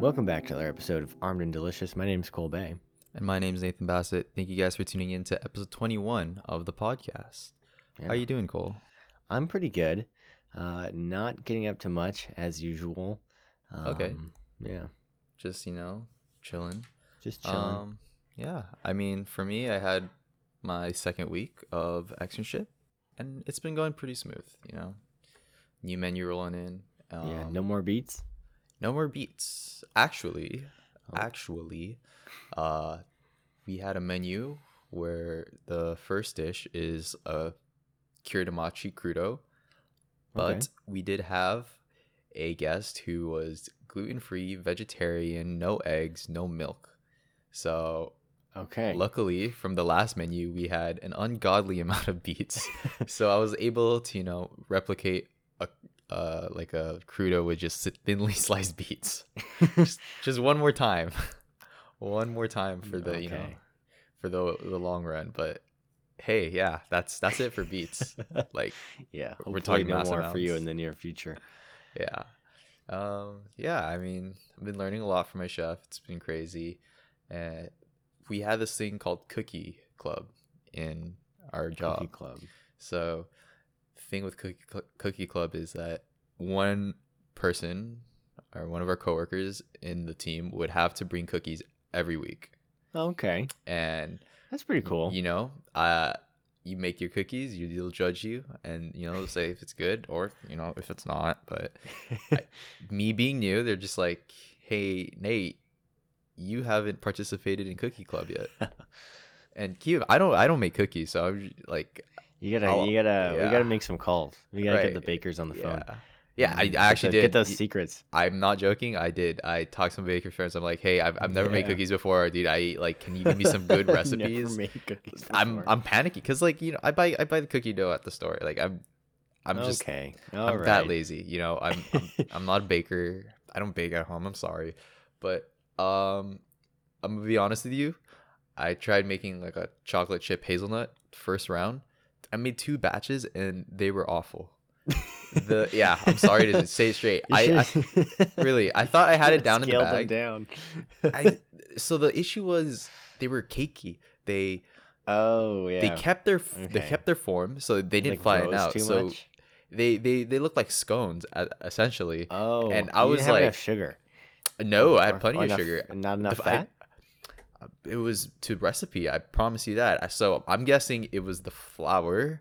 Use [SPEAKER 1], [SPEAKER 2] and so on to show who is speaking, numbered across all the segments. [SPEAKER 1] Welcome back to another episode of Armed and Delicious. My name's Cole Bay.
[SPEAKER 2] And my name's Nathan Bassett. Thank you guys for tuning in to episode 21 of the podcast. How
[SPEAKER 1] Yeah.
[SPEAKER 2] you doing, Cole?
[SPEAKER 1] I'm pretty good. Uh, not getting up to much as usual. Um,
[SPEAKER 2] Okay.
[SPEAKER 1] Yeah,
[SPEAKER 2] Just, you know, chilling.
[SPEAKER 1] just chilling.
[SPEAKER 2] Um, yeah. I mean, for me, I had my second week of externship, and it's been going pretty smooth, you know. New menu rolling in. Um,
[SPEAKER 1] yeah, no more beats.
[SPEAKER 2] no more beats. Actually,
[SPEAKER 1] Oh.
[SPEAKER 2] actually, uh, we had a menu where the first dish is a kiritamachi crudo, but
[SPEAKER 1] Okay.
[SPEAKER 2] we did have a guest who was gluten free, vegetarian, no eggs, no milk. So
[SPEAKER 1] Okay.
[SPEAKER 2] luckily, from the last menu, we had an ungodly amount of beets, so I was able to you know replicate a uh, like a crudo with just thinly sliced beets just, just one more time one more time for the you know
[SPEAKER 1] Okay.
[SPEAKER 2] for the the long run but hey yeah that's that's it for beats like
[SPEAKER 1] yeah,
[SPEAKER 2] we're
[SPEAKER 1] hopefully
[SPEAKER 2] talking
[SPEAKER 1] no
[SPEAKER 2] mass
[SPEAKER 1] more for you
[SPEAKER 2] amounts.
[SPEAKER 1] in the near future.
[SPEAKER 2] yeah um yeah i mean i've been learning a lot from my chef it's been crazy and we had this thing called cookie club in our job
[SPEAKER 1] Cookie Club.
[SPEAKER 2] So, thing with Cookie, Cl- Cookie Club is that one person or one of our coworkers in the team would have to bring cookies every week,
[SPEAKER 1] Okay,
[SPEAKER 2] and
[SPEAKER 1] that's pretty
[SPEAKER 2] y-
[SPEAKER 1] cool.
[SPEAKER 2] You know, uh, you make your cookies, you, they'll judge you, and you know, say if it's good or you know if it's not. But I- me being new, they're just like, "Hey, Nate, you haven't participated in Cookie Club yet." And Kev, I don't, I don't make cookies, so I'm j- like,
[SPEAKER 1] you gotta,
[SPEAKER 2] I'll-
[SPEAKER 1] you gotta, we
[SPEAKER 2] yeah.
[SPEAKER 1] gotta make some calls. We gotta get the
[SPEAKER 2] Right.
[SPEAKER 1] bakers on the phone.
[SPEAKER 2] Yeah, yeah. I,
[SPEAKER 1] Mm,
[SPEAKER 2] I actually
[SPEAKER 1] get the-
[SPEAKER 2] did.
[SPEAKER 1] get those
[SPEAKER 2] Y-
[SPEAKER 1] secrets.
[SPEAKER 2] I'm not joking. I did. I talked to some baker friends. I'm like, hey, I've, I've never made
[SPEAKER 1] Yeah.
[SPEAKER 2] cookies before, dude. I eat like, can you give me some good
[SPEAKER 1] Never
[SPEAKER 2] recipes?
[SPEAKER 1] made cookies
[SPEAKER 2] I'm
[SPEAKER 1] before.
[SPEAKER 2] I'm panicky because like you know I buy I buy the cookie dough at the store. Like I'm I'm just
[SPEAKER 1] okay.
[SPEAKER 2] I'm
[SPEAKER 1] All right.
[SPEAKER 2] that lazy. You know I'm, I'm I'm not a baker. I don't bake at home. I'm sorry, but um I'm gonna be honest with you. I tried making like a chocolate chip hazelnut first round. I made two batches and they were awful. The yeah, I'm sorry to say it straight.
[SPEAKER 1] You
[SPEAKER 2] I, I
[SPEAKER 1] should've-
[SPEAKER 2] really i thought i had it
[SPEAKER 1] Should've
[SPEAKER 2] down in the
[SPEAKER 1] scaled
[SPEAKER 2] bag
[SPEAKER 1] them down.
[SPEAKER 2] I, so the issue was they were cakey they
[SPEAKER 1] oh yeah.
[SPEAKER 2] they kept their f they
[SPEAKER 1] Okay.
[SPEAKER 2] kept their form so they didn't
[SPEAKER 1] Like
[SPEAKER 2] flatten
[SPEAKER 1] rose
[SPEAKER 2] out
[SPEAKER 1] too
[SPEAKER 2] so
[SPEAKER 1] much?
[SPEAKER 2] they they they looked like scones uh, essentially
[SPEAKER 1] Oh,
[SPEAKER 2] and I
[SPEAKER 1] you
[SPEAKER 2] was
[SPEAKER 1] didn't have enough
[SPEAKER 2] like,
[SPEAKER 1] sugar.
[SPEAKER 2] no i
[SPEAKER 1] Or-
[SPEAKER 2] had plenty
[SPEAKER 1] or
[SPEAKER 2] of
[SPEAKER 1] enough-
[SPEAKER 2] sugar
[SPEAKER 1] Not enough
[SPEAKER 2] I-
[SPEAKER 1] fat.
[SPEAKER 2] it was to recipe i promise you that I- so i'm guessing it was the flour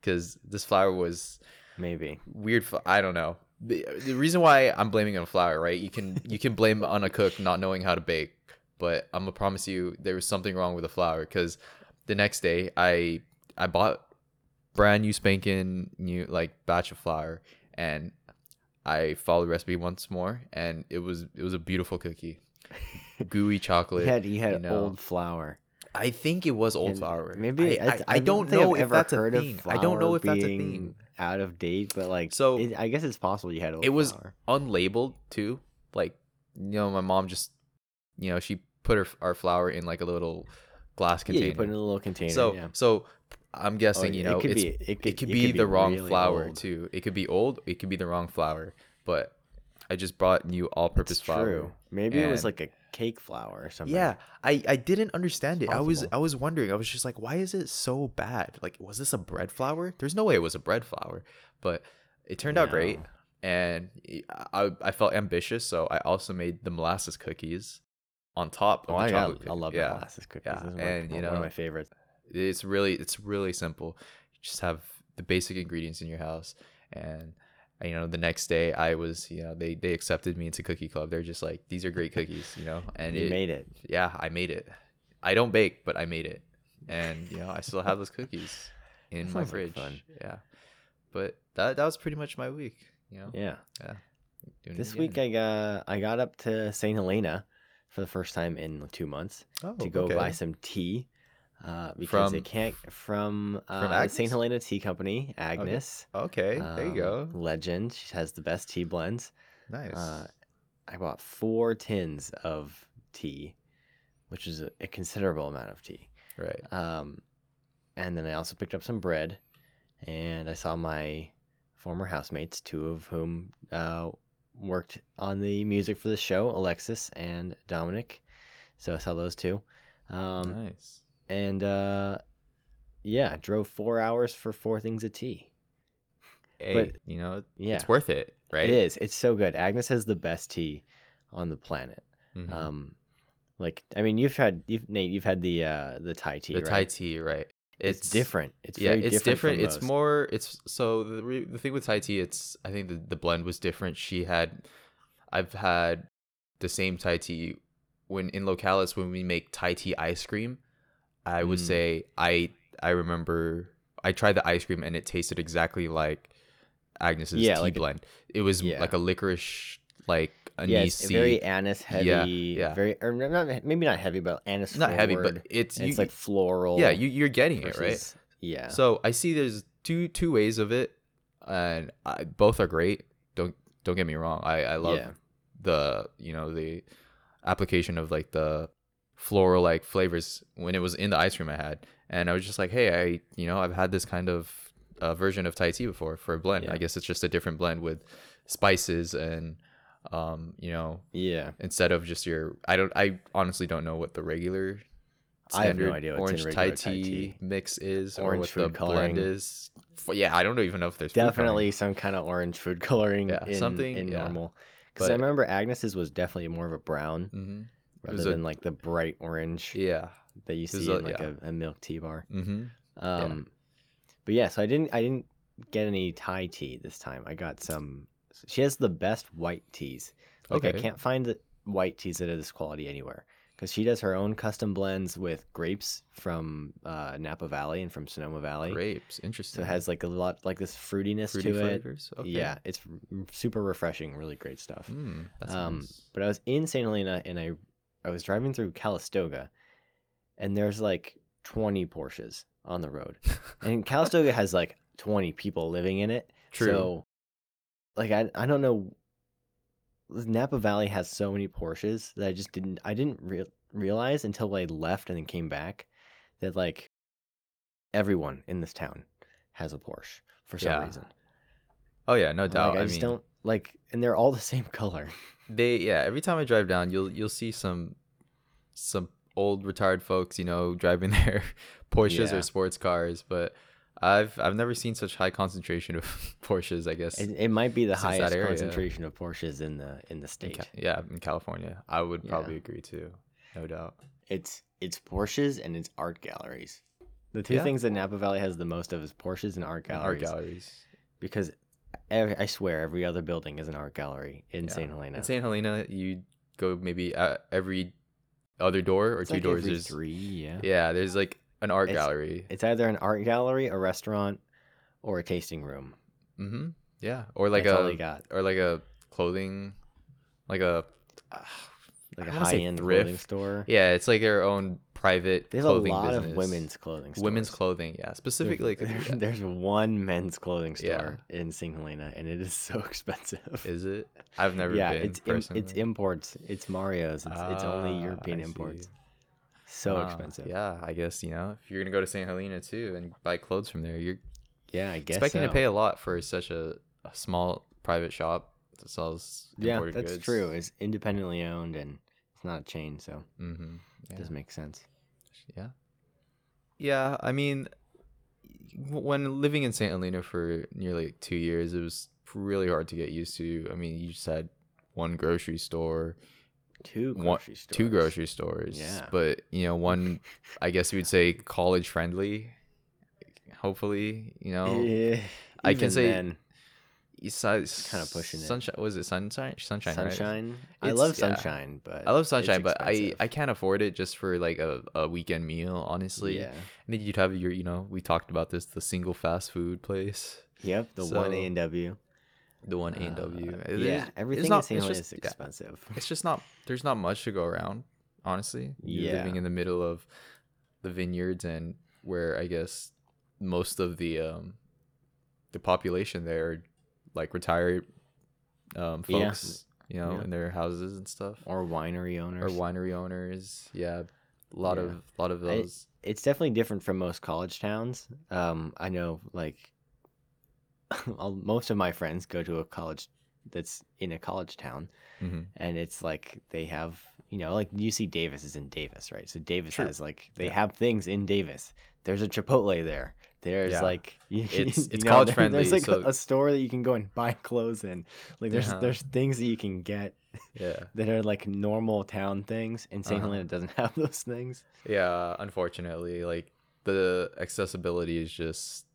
[SPEAKER 2] because this flour was
[SPEAKER 1] Maybe.
[SPEAKER 2] weird fl- i don't know the, the reason why i'm blaming on flour right you can you can blame on a cook not knowing how to bake but i'm gonna promise you there was something wrong with the flour because the next day i i bought brand new spanking new like batch of flour and i followed the recipe once more and it was it was a beautiful cookie gooey chocolate
[SPEAKER 1] He had he had
[SPEAKER 2] you know,
[SPEAKER 1] old flour.
[SPEAKER 2] i think it was old
[SPEAKER 1] And
[SPEAKER 2] flour
[SPEAKER 1] Maybe
[SPEAKER 2] i, I, I don't
[SPEAKER 1] think I've
[SPEAKER 2] know if
[SPEAKER 1] ever
[SPEAKER 2] that's a
[SPEAKER 1] heard of
[SPEAKER 2] thing i don't
[SPEAKER 1] flour
[SPEAKER 2] know if that's a
[SPEAKER 1] being
[SPEAKER 2] thing
[SPEAKER 1] Out of date, but like
[SPEAKER 2] So-
[SPEAKER 1] it- I guess it's possible you had old
[SPEAKER 2] It was-
[SPEAKER 1] flour.
[SPEAKER 2] unlabeled too. Like, you know, my mom just, you know, she put her our flour in like a little glass container.
[SPEAKER 1] Yeah, you put it in a little container.
[SPEAKER 2] so,
[SPEAKER 1] yeah. Oh,
[SPEAKER 2] so I'm guessing, you know,
[SPEAKER 1] it could
[SPEAKER 2] it's,
[SPEAKER 1] be it could,
[SPEAKER 2] it could be the wrong
[SPEAKER 1] really
[SPEAKER 2] flour
[SPEAKER 1] old.
[SPEAKER 2] too. It could be old. It could be the wrong flour. But I just brought new all-purpose
[SPEAKER 1] It's
[SPEAKER 2] flour.
[SPEAKER 1] true. Maybe it was
[SPEAKER 2] and-
[SPEAKER 1] like a cake flour or something.
[SPEAKER 2] Yeah, I I didn't understand it. I was
[SPEAKER 1] Possible.
[SPEAKER 2] I was wondering. I was just like, why is it so bad? Like, was this a bread flour? There's no way it was a bread flour, but it turned out great.
[SPEAKER 1] No.
[SPEAKER 2] And I I felt ambitious, so I also made the molasses cookies on top of
[SPEAKER 1] Oh, I, I,
[SPEAKER 2] the chocolate.
[SPEAKER 1] I
[SPEAKER 2] cookie.
[SPEAKER 1] love
[SPEAKER 2] yeah.
[SPEAKER 1] molasses cookies.
[SPEAKER 2] yeah,
[SPEAKER 1] This is
[SPEAKER 2] and,
[SPEAKER 1] my,
[SPEAKER 2] you
[SPEAKER 1] one of
[SPEAKER 2] know,
[SPEAKER 1] my favorites.
[SPEAKER 2] It's really it's really simple. You just have the basic ingredients in your house, and uh, you know the next day I was you know they they accepted me into Cookie Club. They're just like these are great cookies, you know, and
[SPEAKER 1] you
[SPEAKER 2] it,
[SPEAKER 1] made it.
[SPEAKER 2] yeah, I made it. I don't bake, but I made it, and you know, I still have those cookies in
[SPEAKER 1] That
[SPEAKER 2] my
[SPEAKER 1] sounds like
[SPEAKER 2] fridge.
[SPEAKER 1] fun.
[SPEAKER 2] Yeah, but that that was pretty much my week. You know,
[SPEAKER 1] Yeah.
[SPEAKER 2] doing it
[SPEAKER 1] This week
[SPEAKER 2] again.
[SPEAKER 1] I got I got up to St. Helena for the first time in two months
[SPEAKER 2] oh,
[SPEAKER 1] to go buy
[SPEAKER 2] okay.
[SPEAKER 1] some tea. Uh, because they
[SPEAKER 2] From-
[SPEAKER 1] can't from,
[SPEAKER 2] from
[SPEAKER 1] uh, St.
[SPEAKER 2] Agnes?
[SPEAKER 1] Helena Tea Company, Agnes.
[SPEAKER 2] Okay, there you
[SPEAKER 1] um,
[SPEAKER 2] go.
[SPEAKER 1] Legend. She has the best tea blends.
[SPEAKER 2] Nice.
[SPEAKER 1] Uh, I bought four tins of tea, which is a, a considerable amount of tea.
[SPEAKER 2] right.
[SPEAKER 1] Um, and then I also picked up some bread, and I saw my former housemates, two of whom uh, worked on the music for the show, Alexis and Dominic. So I saw those two. Um,
[SPEAKER 2] nice.
[SPEAKER 1] And uh, yeah, drove four hours for four things a tea.
[SPEAKER 2] Hey,
[SPEAKER 1] but-
[SPEAKER 2] you know
[SPEAKER 1] Yeah,
[SPEAKER 2] it's worth it, right?
[SPEAKER 1] it is. It's so good. Agnes has the best tea on the planet.
[SPEAKER 2] Mhm.
[SPEAKER 1] Um, like I mean, you've had you've, Nate, you've had the uh, the Thai tea.
[SPEAKER 2] the
[SPEAKER 1] right?
[SPEAKER 2] Thai tea, right?
[SPEAKER 1] It's, different. It's
[SPEAKER 2] yeah,
[SPEAKER 1] very
[SPEAKER 2] it's
[SPEAKER 1] different. from
[SPEAKER 2] different. It's
[SPEAKER 1] most.
[SPEAKER 2] more. It's so the re- the thing with Thai tea. It's I think the the blend was different. She had, I've had, the same Thai tea when in Localis when we make Thai tea ice cream. I would
[SPEAKER 1] Mm.
[SPEAKER 2] say I I remember I tried the ice cream and it tasted exactly like Agnes's
[SPEAKER 1] Yeah,
[SPEAKER 2] tea
[SPEAKER 1] like-
[SPEAKER 2] blend. It was m-
[SPEAKER 1] yeah.
[SPEAKER 2] like a licorice like
[SPEAKER 1] yeah,
[SPEAKER 2] anise.
[SPEAKER 1] it's very anise heavy.
[SPEAKER 2] Yeah, yeah.
[SPEAKER 1] Very or not maybe not heavy, but anise.
[SPEAKER 2] not heavy,
[SPEAKER 1] forward,
[SPEAKER 2] but it's
[SPEAKER 1] and
[SPEAKER 2] you,
[SPEAKER 1] it's like floral.
[SPEAKER 2] yeah you you're getting it right.
[SPEAKER 1] versus- Yeah.
[SPEAKER 2] So I see there's two two ways of it, and I, both are great. Don't don't get me wrong. I I love
[SPEAKER 1] Yeah.
[SPEAKER 2] the you know the application of like the floral like flavors when it was in the ice cream I had, and I was just like, hey, I you know I've had this kind of uh, version of Thai tea before for a blend.
[SPEAKER 1] Yeah.
[SPEAKER 2] I guess it's just a different blend with spices and um you know
[SPEAKER 1] yeah.
[SPEAKER 2] instead of just your I don't I honestly don't know what the regular
[SPEAKER 1] I have no
[SPEAKER 2] standard
[SPEAKER 1] idea what's in
[SPEAKER 2] orange Thai
[SPEAKER 1] regular
[SPEAKER 2] tea,
[SPEAKER 1] Thai tea.
[SPEAKER 2] mix is or
[SPEAKER 1] Orange
[SPEAKER 2] what
[SPEAKER 1] food
[SPEAKER 2] the
[SPEAKER 1] coloring.
[SPEAKER 2] blend is. F- yeah, I don't even know if there's food coloring.
[SPEAKER 1] Definitely some kind of orange food coloring
[SPEAKER 2] Yeah,
[SPEAKER 1] in,
[SPEAKER 2] something-
[SPEAKER 1] in
[SPEAKER 2] yeah.
[SPEAKER 1] normal. Because I
[SPEAKER 2] But-
[SPEAKER 1] remember Agnes's was definitely more of a brown
[SPEAKER 2] Mhm.
[SPEAKER 1] rather
[SPEAKER 2] was a-
[SPEAKER 1] than like the bright orange
[SPEAKER 2] Yeah.
[SPEAKER 1] that you
[SPEAKER 2] was
[SPEAKER 1] see
[SPEAKER 2] a-
[SPEAKER 1] in like
[SPEAKER 2] yeah.
[SPEAKER 1] a, a milk tea bar.
[SPEAKER 2] Mm-hmm.
[SPEAKER 1] Um, But yeah, so I didn't I didn't get any Thai tea this time. I got some. She has the best white teas. Like I
[SPEAKER 2] Okay.
[SPEAKER 1] can't find the white teas that are this quality anywhere. Because she does her own custom blends with grapes from uh, Napa Valley and from Sonoma Valley.
[SPEAKER 2] Grapes, interesting.
[SPEAKER 1] So it has like a lot like this fruitiness
[SPEAKER 2] fruity
[SPEAKER 1] to it.
[SPEAKER 2] flavors. Okay.
[SPEAKER 1] Yeah, it's r- r- super refreshing, really great stuff.
[SPEAKER 2] Mm, that's
[SPEAKER 1] Um,
[SPEAKER 2] nice.
[SPEAKER 1] But I was in St. Helena and I I was driving through Calistoga and there's like 20 Porsches on the road. And Calistoga has like 20 people living in it.
[SPEAKER 2] True.
[SPEAKER 1] So like I I don't know Napa Valley has so many Porsches that I just didn't I didn't re- realize until I left and then came back that like everyone in this town has a Porsche for some
[SPEAKER 2] Yeah.
[SPEAKER 1] reason.
[SPEAKER 2] oh yeah, no
[SPEAKER 1] Like,
[SPEAKER 2] doubt.
[SPEAKER 1] I
[SPEAKER 2] I
[SPEAKER 1] just
[SPEAKER 2] mean,
[SPEAKER 1] don't like and they're all the same color.
[SPEAKER 2] they yeah every time i drive down you'll you'll see some some old retired folks you know driving their porsches
[SPEAKER 1] Yeah.
[SPEAKER 2] or sports cars but i've i've never seen such high concentration of porsches i guess
[SPEAKER 1] It, it might be the
[SPEAKER 2] Since that
[SPEAKER 1] highest
[SPEAKER 2] area.
[SPEAKER 1] concentration of Porsches in the in the
[SPEAKER 2] in
[SPEAKER 1] state.
[SPEAKER 2] Ca- yeah in california i would
[SPEAKER 1] Yeah.
[SPEAKER 2] probably agree too no doubt
[SPEAKER 1] It's it's Porsches and it's art galleries. The two
[SPEAKER 2] Yeah.
[SPEAKER 1] things that Napa Valley has the most of is Porsches and art
[SPEAKER 2] And
[SPEAKER 1] galleries.
[SPEAKER 2] art galleries
[SPEAKER 1] Because every, I swear every other building is an art gallery in
[SPEAKER 2] Yeah.
[SPEAKER 1] St. Helena.
[SPEAKER 2] in st helena you go maybe uh, every other door or
[SPEAKER 1] It's
[SPEAKER 2] two
[SPEAKER 1] like
[SPEAKER 2] doors
[SPEAKER 1] every
[SPEAKER 2] there's
[SPEAKER 1] three, yeah.
[SPEAKER 2] yeah there's like an art
[SPEAKER 1] It's-
[SPEAKER 2] gallery
[SPEAKER 1] It's either an art gallery, a restaurant, or a tasting room.
[SPEAKER 2] mm-hmm yeah or like
[SPEAKER 1] That's
[SPEAKER 2] a
[SPEAKER 1] all they got.
[SPEAKER 2] or like a clothing like a
[SPEAKER 1] Like
[SPEAKER 2] I
[SPEAKER 1] a
[SPEAKER 2] wanna say
[SPEAKER 1] high end
[SPEAKER 2] thrift.
[SPEAKER 1] clothing store.
[SPEAKER 2] yeah it's like their own private
[SPEAKER 1] They have a
[SPEAKER 2] clothing
[SPEAKER 1] lot of
[SPEAKER 2] business.
[SPEAKER 1] women's clothing stores.
[SPEAKER 2] women's clothing yeah
[SPEAKER 1] There-
[SPEAKER 2] specifically
[SPEAKER 1] there-
[SPEAKER 2] yeah.
[SPEAKER 1] there's one men's clothing
[SPEAKER 2] Yeah.
[SPEAKER 1] store in St. Helena, and it is so expensive.
[SPEAKER 2] is it i've never
[SPEAKER 1] yeah,
[SPEAKER 2] been
[SPEAKER 1] it's im-
[SPEAKER 2] personally.
[SPEAKER 1] it's imports. It's Mario's. It's, it's only
[SPEAKER 2] Ah,
[SPEAKER 1] European
[SPEAKER 2] I
[SPEAKER 1] imports.
[SPEAKER 2] see.
[SPEAKER 1] So
[SPEAKER 2] Wow.
[SPEAKER 1] expensive. Yeah,
[SPEAKER 2] yeah i guess you know if you're gonna go to st helena too and buy clothes from there you're
[SPEAKER 1] I guess
[SPEAKER 2] expecting
[SPEAKER 1] so.
[SPEAKER 2] to pay a lot for such a, a small private shop that sells
[SPEAKER 1] yeah,
[SPEAKER 2] imported
[SPEAKER 1] that's
[SPEAKER 2] goods.
[SPEAKER 1] true. It's independently owned and it's not a chain, so
[SPEAKER 2] mm-hmm. yeah.
[SPEAKER 1] it does make sense.
[SPEAKER 2] Yeah. Yeah, I mean, w- when living in St. Helena for nearly like two years, it was really hard to get used to. I mean, you just had one grocery store,
[SPEAKER 1] Two
[SPEAKER 2] One-
[SPEAKER 1] grocery stores.
[SPEAKER 2] two grocery stores,
[SPEAKER 1] Yeah.
[SPEAKER 2] but you know, one, I guess you would say college friendly. Hopefully, you know,
[SPEAKER 1] Eh,
[SPEAKER 2] I can
[SPEAKER 1] even
[SPEAKER 2] say
[SPEAKER 1] then,
[SPEAKER 2] kind
[SPEAKER 1] kinda pushing it.
[SPEAKER 2] Sunshine was it sunshine? Sunshine, right?
[SPEAKER 1] sunshine. I
[SPEAKER 2] It's-
[SPEAKER 1] love
[SPEAKER 2] yeah.
[SPEAKER 1] sunshine, but
[SPEAKER 2] I love
[SPEAKER 1] it's
[SPEAKER 2] sunshine, but I
[SPEAKER 1] expensive.
[SPEAKER 2] I can't afford it just for like a, a weekend meal. Honestly,
[SPEAKER 1] yeah.
[SPEAKER 2] And then you'd have your, you know, we talked about this, the single fast food place,
[SPEAKER 1] Yep, the one
[SPEAKER 2] So,
[SPEAKER 1] A and W. Uh,
[SPEAKER 2] the one A and W.
[SPEAKER 1] Yeah, everything in
[SPEAKER 2] not-
[SPEAKER 1] St.
[SPEAKER 2] it's
[SPEAKER 1] Helena is
[SPEAKER 2] just- yeah.
[SPEAKER 1] expensive.
[SPEAKER 2] It's just not. There's not much to go around, honestly. You're
[SPEAKER 1] Yeah.
[SPEAKER 2] living in the middle of the vineyards and where I guess most of the um the population there, are, like retired um
[SPEAKER 1] Yeah.
[SPEAKER 2] folks, you know,
[SPEAKER 1] Yeah.
[SPEAKER 2] in their houses and stuff, or,
[SPEAKER 1] Or winery owners.
[SPEAKER 2] winery owners. Yeah, a lot
[SPEAKER 1] Yeah.
[SPEAKER 2] of lot of
[SPEAKER 1] I-
[SPEAKER 2] those.
[SPEAKER 1] it's definitely different from most college towns. Um, I know like all- most of my friends go to a college that's in a college town,
[SPEAKER 2] Mhm.
[SPEAKER 1] and it's like they have you know like UC Davis is in Davis, right? So Davis
[SPEAKER 2] True.
[SPEAKER 1] has like they
[SPEAKER 2] Yeah.
[SPEAKER 1] have things in Davis. There's a Chipotle there. There's
[SPEAKER 2] Yeah.
[SPEAKER 1] like you-
[SPEAKER 2] It's-
[SPEAKER 1] you
[SPEAKER 2] it's college friendly,
[SPEAKER 1] There's like
[SPEAKER 2] so-
[SPEAKER 1] a store that you can go and buy clothes in. Like there's
[SPEAKER 2] Uh-huh.
[SPEAKER 1] there's things that you can get
[SPEAKER 2] Yeah.
[SPEAKER 1] that are like normal town things, and St.
[SPEAKER 2] Uh-huh.
[SPEAKER 1] Helena doesn't have those things.
[SPEAKER 2] Yeah, unfortunately, like the accessibility is just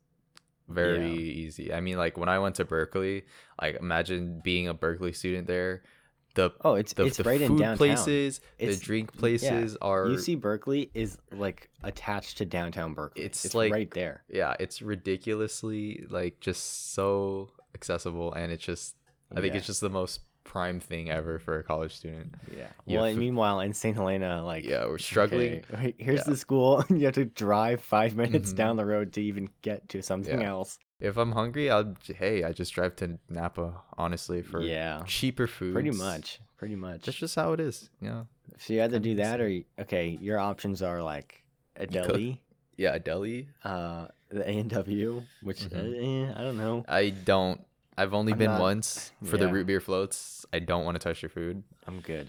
[SPEAKER 2] very
[SPEAKER 1] Yeah.
[SPEAKER 2] easy. I mean, like when I went to Berkeley, like imagine being a Berkeley student there. The
[SPEAKER 1] Oh, it's
[SPEAKER 2] the,
[SPEAKER 1] it's
[SPEAKER 2] the
[SPEAKER 1] right in
[SPEAKER 2] food
[SPEAKER 1] downtown.
[SPEAKER 2] places,
[SPEAKER 1] It's-
[SPEAKER 2] the drink
[SPEAKER 1] yeah.
[SPEAKER 2] places are
[SPEAKER 1] UC Berkeley is like attached to downtown Berkeley.
[SPEAKER 2] It's
[SPEAKER 1] It's,
[SPEAKER 2] like-
[SPEAKER 1] right there.
[SPEAKER 2] yeah, it's ridiculously like just so accessible and it's just I think
[SPEAKER 1] Yeah.
[SPEAKER 2] it's just the most prime thing ever for a college student.
[SPEAKER 1] yeah.
[SPEAKER 2] you
[SPEAKER 1] Well,
[SPEAKER 2] have
[SPEAKER 1] and
[SPEAKER 2] food-
[SPEAKER 1] meanwhile, in St. Helena, like
[SPEAKER 2] yeah, we're struggling.
[SPEAKER 1] okay, right, here's
[SPEAKER 2] Yeah.
[SPEAKER 1] the school, and you have to drive five minutes
[SPEAKER 2] Mhm.
[SPEAKER 1] down the road to even get to something
[SPEAKER 2] Yeah.
[SPEAKER 1] else.
[SPEAKER 2] If I'm hungry, I'll hey, I just drive to Napa honestly for
[SPEAKER 1] yeah,
[SPEAKER 2] cheaper food.
[SPEAKER 1] pretty much, pretty much.
[SPEAKER 2] That's just how it is. Yeah.
[SPEAKER 1] so you either do
[SPEAKER 2] kinda
[SPEAKER 1] that, or you- okay, your options are like a
[SPEAKER 2] cook.
[SPEAKER 1] deli,
[SPEAKER 2] Yeah, deli.
[SPEAKER 1] uh, the A and W, which uh,
[SPEAKER 2] Mm-hmm.
[SPEAKER 1] eh, I don't know.
[SPEAKER 2] I don't. I've only
[SPEAKER 1] I'm
[SPEAKER 2] been
[SPEAKER 1] not-
[SPEAKER 2] once for the
[SPEAKER 1] yeah.
[SPEAKER 2] root beer floats. I don't want to touch your food.
[SPEAKER 1] I'm good.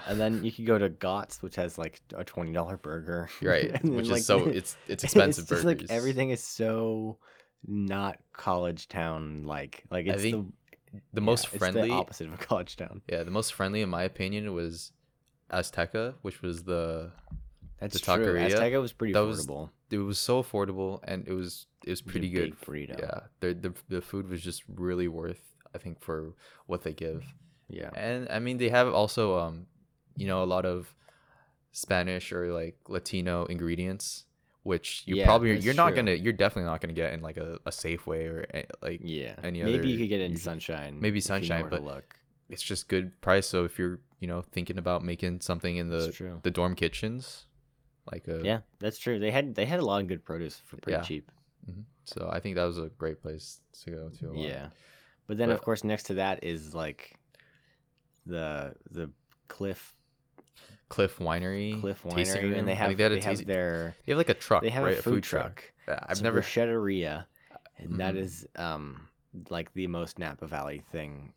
[SPEAKER 1] Uh, and then you could go to Gott's, which has like a twenty dollar burger.
[SPEAKER 2] Right,
[SPEAKER 1] And then,
[SPEAKER 2] which
[SPEAKER 1] like,
[SPEAKER 2] is so it's it's expensive
[SPEAKER 1] it's just,
[SPEAKER 2] burgers.
[SPEAKER 1] like everything is so not college town like. Like
[SPEAKER 2] I
[SPEAKER 1] it's
[SPEAKER 2] think The
[SPEAKER 1] the yeah,
[SPEAKER 2] most
[SPEAKER 1] it's the
[SPEAKER 2] friendly,
[SPEAKER 1] opposite of a college town.
[SPEAKER 2] yeah, the most friendly in my opinion was Azteca, which was the
[SPEAKER 1] That's
[SPEAKER 2] true.
[SPEAKER 1] true.
[SPEAKER 2] taqueria,
[SPEAKER 1] Azteca was pretty
[SPEAKER 2] that was
[SPEAKER 1] affordable.
[SPEAKER 2] it was so affordable and it was it was
[SPEAKER 1] It was a
[SPEAKER 2] pretty good.
[SPEAKER 1] big burrito.
[SPEAKER 2] Yeah, the, the the food was just really worth I think for what they give.
[SPEAKER 1] Yeah.
[SPEAKER 2] And I mean, they have also, um, you know, a lot of Spanish or like Latino ingredients, which you
[SPEAKER 1] Yeah,
[SPEAKER 2] probably
[SPEAKER 1] that's
[SPEAKER 2] you're not
[SPEAKER 1] true.
[SPEAKER 2] gonna, you're definitely not gonna get in like a, a Safeway or a- like
[SPEAKER 1] Yeah.
[SPEAKER 2] Any
[SPEAKER 1] maybe you
[SPEAKER 2] other
[SPEAKER 1] could get in
[SPEAKER 2] usual-
[SPEAKER 1] sunshine. if
[SPEAKER 2] maybe
[SPEAKER 1] you know
[SPEAKER 2] Sunshine,
[SPEAKER 1] where to
[SPEAKER 2] but
[SPEAKER 1] look.
[SPEAKER 2] it's just good price. So if you're you know thinking about making something in
[SPEAKER 1] That's
[SPEAKER 2] the
[SPEAKER 1] true.
[SPEAKER 2] the dorm kitchens, like uh, a
[SPEAKER 1] yeah, that's true. They had they had a lot of good produce for pretty
[SPEAKER 2] Yeah.
[SPEAKER 1] cheap.
[SPEAKER 2] mhm. So I think that was a great place to go to. uh, a lot.
[SPEAKER 1] Yeah. But then of
[SPEAKER 2] But-
[SPEAKER 1] course next to that is like the the cliff
[SPEAKER 2] Cliff Winery,
[SPEAKER 1] cliff
[SPEAKER 2] tasting
[SPEAKER 1] winery and they
[SPEAKER 2] room. I
[SPEAKER 1] have
[SPEAKER 2] think
[SPEAKER 1] they,
[SPEAKER 2] had a
[SPEAKER 1] have
[SPEAKER 2] tasting-
[SPEAKER 1] their
[SPEAKER 2] they have like a truck.
[SPEAKER 1] they have
[SPEAKER 2] right?
[SPEAKER 1] a food truck.
[SPEAKER 2] Yeah, I've
[SPEAKER 1] It's a
[SPEAKER 2] never.
[SPEAKER 1] bruschetteria, and that
[SPEAKER 2] Mhm.
[SPEAKER 1] is um like the most Napa Valley thing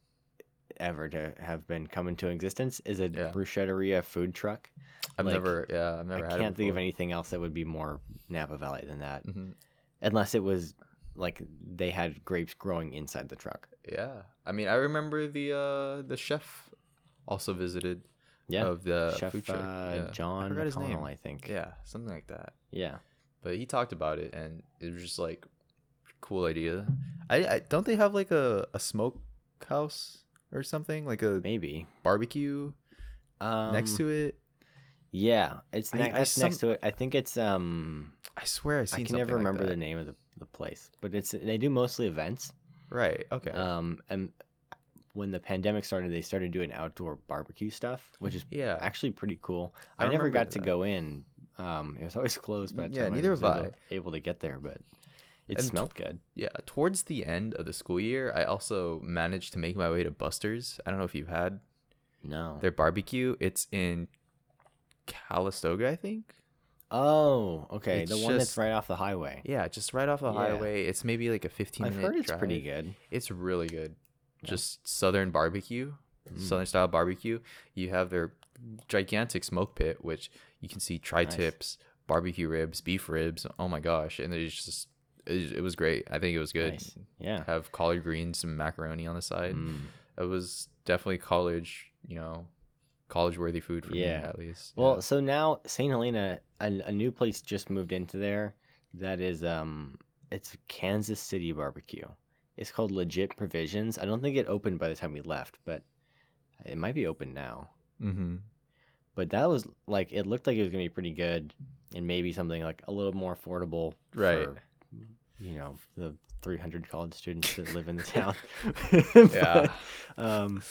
[SPEAKER 1] ever to have been come into existence is a
[SPEAKER 2] Yeah.
[SPEAKER 1] bruschetteria food truck.
[SPEAKER 2] I've
[SPEAKER 1] like,
[SPEAKER 2] never. Yeah, I've never
[SPEAKER 1] I
[SPEAKER 2] had.
[SPEAKER 1] can't
[SPEAKER 2] it
[SPEAKER 1] think of
[SPEAKER 2] before.
[SPEAKER 1] anything else that would be more Napa Valley than that,
[SPEAKER 2] Mhm.
[SPEAKER 1] unless it was like they had grapes growing inside the truck.
[SPEAKER 2] Yeah. I mean, I remember the uh the chef also visited
[SPEAKER 1] Yeah,
[SPEAKER 2] of Oh, the
[SPEAKER 1] Chef
[SPEAKER 2] food truck.
[SPEAKER 1] uh,
[SPEAKER 2] yeah.
[SPEAKER 1] John
[SPEAKER 2] forgot his name.
[SPEAKER 1] McConnell, I think.
[SPEAKER 2] yeah, something like that.
[SPEAKER 1] yeah.
[SPEAKER 2] But he talked about it and it was just like cool idea. I, I don't they have like a a smoke house or something like a
[SPEAKER 1] maybe
[SPEAKER 2] barbecue
[SPEAKER 1] um,
[SPEAKER 2] next to it?
[SPEAKER 1] Yeah, it's
[SPEAKER 2] I-
[SPEAKER 1] ne-
[SPEAKER 2] I
[SPEAKER 1] that's
[SPEAKER 2] some-
[SPEAKER 1] next to it. I think it's um.
[SPEAKER 2] I swear I
[SPEAKER 1] I
[SPEAKER 2] seen
[SPEAKER 1] can never remember the
[SPEAKER 2] like that.
[SPEAKER 1] name of the, the place, but it's they do mostly events.
[SPEAKER 2] Right. Okay.
[SPEAKER 1] Um, and when the pandemic started, they started doing outdoor barbecue stuff, which is
[SPEAKER 2] yeah.
[SPEAKER 1] actually pretty cool.
[SPEAKER 2] I
[SPEAKER 1] I, never
[SPEAKER 2] remember
[SPEAKER 1] got to
[SPEAKER 2] that.
[SPEAKER 1] go in. Um, it was always closed, but
[SPEAKER 2] Yeah, neither
[SPEAKER 1] was
[SPEAKER 2] have
[SPEAKER 1] able, able to get there, but it
[SPEAKER 2] And
[SPEAKER 1] smelled good.
[SPEAKER 2] Yeah, towards the end of the school year, I also managed to make my way to Buster's. I don't know if you had
[SPEAKER 1] No.
[SPEAKER 2] their barbecue. It's in Calistoga, I think.
[SPEAKER 1] Oh, okay.
[SPEAKER 2] It's
[SPEAKER 1] the one
[SPEAKER 2] just-
[SPEAKER 1] that's right off the highway.
[SPEAKER 2] Yeah, just right off the
[SPEAKER 1] Yeah.
[SPEAKER 2] highway. It's maybe like a 15
[SPEAKER 1] I've
[SPEAKER 2] minute
[SPEAKER 1] heard it's
[SPEAKER 2] drive.
[SPEAKER 1] pretty good.
[SPEAKER 2] It's really good.
[SPEAKER 1] Yeah.
[SPEAKER 2] Just southern barbecue,
[SPEAKER 1] Mm.
[SPEAKER 2] southern style barbecue. You have their gigantic smoke pit, which you can see tri tips, barbecue ribs, beef ribs. Oh my gosh. And it's just, it, it was great. I think it was good.
[SPEAKER 1] Nice. Yeah.
[SPEAKER 2] Have collard greens and macaroni on the side.
[SPEAKER 1] Mm.
[SPEAKER 2] It was definitely college, you know, college worthy food for
[SPEAKER 1] Yeah.
[SPEAKER 2] me, at least.
[SPEAKER 1] Well,
[SPEAKER 2] Yeah.
[SPEAKER 1] so now St. Helena, a, a new place just moved into there. That is, um, it's Kansas City Barbecue. It's called Legit Provisions. I don't think it opened by the time we left, but it might be open now.
[SPEAKER 2] Mhm.
[SPEAKER 1] But that was like it looked like it was gonna be pretty good, and maybe something like a little more affordable,
[SPEAKER 2] Right.
[SPEAKER 1] For, you know, the 300 college students that live in the town.
[SPEAKER 2] Yeah.
[SPEAKER 1] But, um,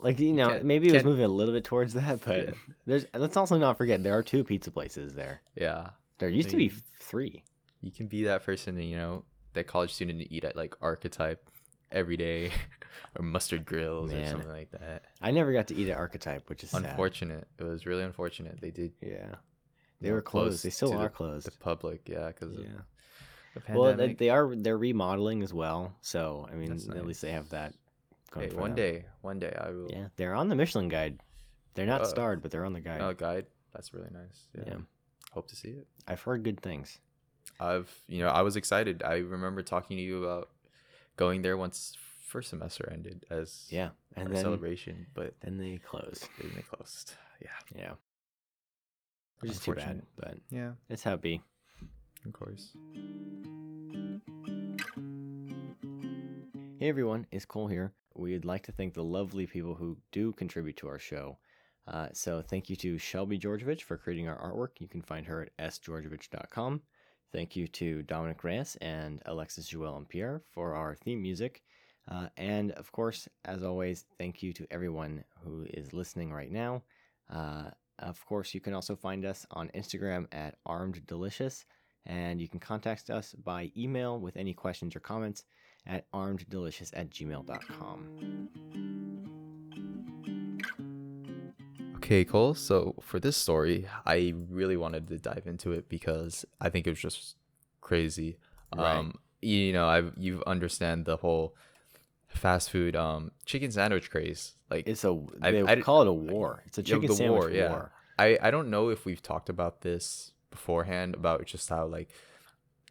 [SPEAKER 1] like you know,
[SPEAKER 2] can't-
[SPEAKER 1] maybe it was
[SPEAKER 2] can't-
[SPEAKER 1] moving a little bit towards that, but
[SPEAKER 2] Yeah.
[SPEAKER 1] there's let's also not forget there are two pizza places there.
[SPEAKER 2] yeah.
[SPEAKER 1] There used to be
[SPEAKER 2] They-
[SPEAKER 1] three.
[SPEAKER 2] you can be that person you know that college student to eat at like archetype every day or mustard grills or
[SPEAKER 1] Man.
[SPEAKER 2] something like that
[SPEAKER 1] I never got to eat at Archetype, which is unfortunate.
[SPEAKER 2] unfortunate it was really unfortunate they did
[SPEAKER 1] Yeah, they
[SPEAKER 2] you know,
[SPEAKER 1] were closed. They
[SPEAKER 2] close
[SPEAKER 1] still
[SPEAKER 2] to
[SPEAKER 1] are
[SPEAKER 2] the,
[SPEAKER 1] closed.
[SPEAKER 2] the public yeah because
[SPEAKER 1] yeah.
[SPEAKER 2] the
[SPEAKER 1] Well, they,
[SPEAKER 2] pandemic
[SPEAKER 1] they are they're remodeling as well, so I mean,
[SPEAKER 2] That's
[SPEAKER 1] at least they have that going
[SPEAKER 2] Hey,
[SPEAKER 1] for
[SPEAKER 2] one
[SPEAKER 1] that.
[SPEAKER 2] day, one day I will.
[SPEAKER 1] Yeah, they're on the Michelin guide. They're not
[SPEAKER 2] Uh,
[SPEAKER 1] starred, but they're on the guide.
[SPEAKER 2] Oh, guide. That's really nice. Yeah.
[SPEAKER 1] yeah,
[SPEAKER 2] Hope to see it.
[SPEAKER 1] I've heard good things.
[SPEAKER 2] I've, you know, I was excited. I remember talking to you about going there once first semester ended as
[SPEAKER 1] Yeah, and
[SPEAKER 2] our
[SPEAKER 1] then
[SPEAKER 2] celebration, but
[SPEAKER 1] then they close.
[SPEAKER 2] then they closed. Yeah.
[SPEAKER 1] Yeah, which is too bad, but
[SPEAKER 2] Yeah,
[SPEAKER 1] it's how it be.
[SPEAKER 2] of course.
[SPEAKER 1] Hey everyone, it's Cole here. We'd like to thank the lovely people who do contribute to our show. Uh, so thank you to Shelby Georgevich for creating our artwork. You can find her at sgeorgevich.com. Thank you to Dominic Reyes and Alexis Joel and Pierre for our theme music. Uh, and of course, as always, thank you to everyone who is listening right now. Uh, of course, you can also find us on Instagram at Armed Delicious, and you can contact us by email with any questions or comments at armeddelicious at gmail.com.
[SPEAKER 2] Okay, Cole. So for this story, I really wanted to dive into it because I think it was just crazy.
[SPEAKER 1] Right.
[SPEAKER 2] Um, you know, I you understand the whole fast food um chicken sandwich craze. Like
[SPEAKER 1] It's a
[SPEAKER 2] I-
[SPEAKER 1] they
[SPEAKER 2] I-
[SPEAKER 1] call it a war. It's a
[SPEAKER 2] Yeah,
[SPEAKER 1] chicken
[SPEAKER 2] the
[SPEAKER 1] sandwich
[SPEAKER 2] war,
[SPEAKER 1] war.
[SPEAKER 2] yeah. I I don't know if we've talked about this beforehand about just how like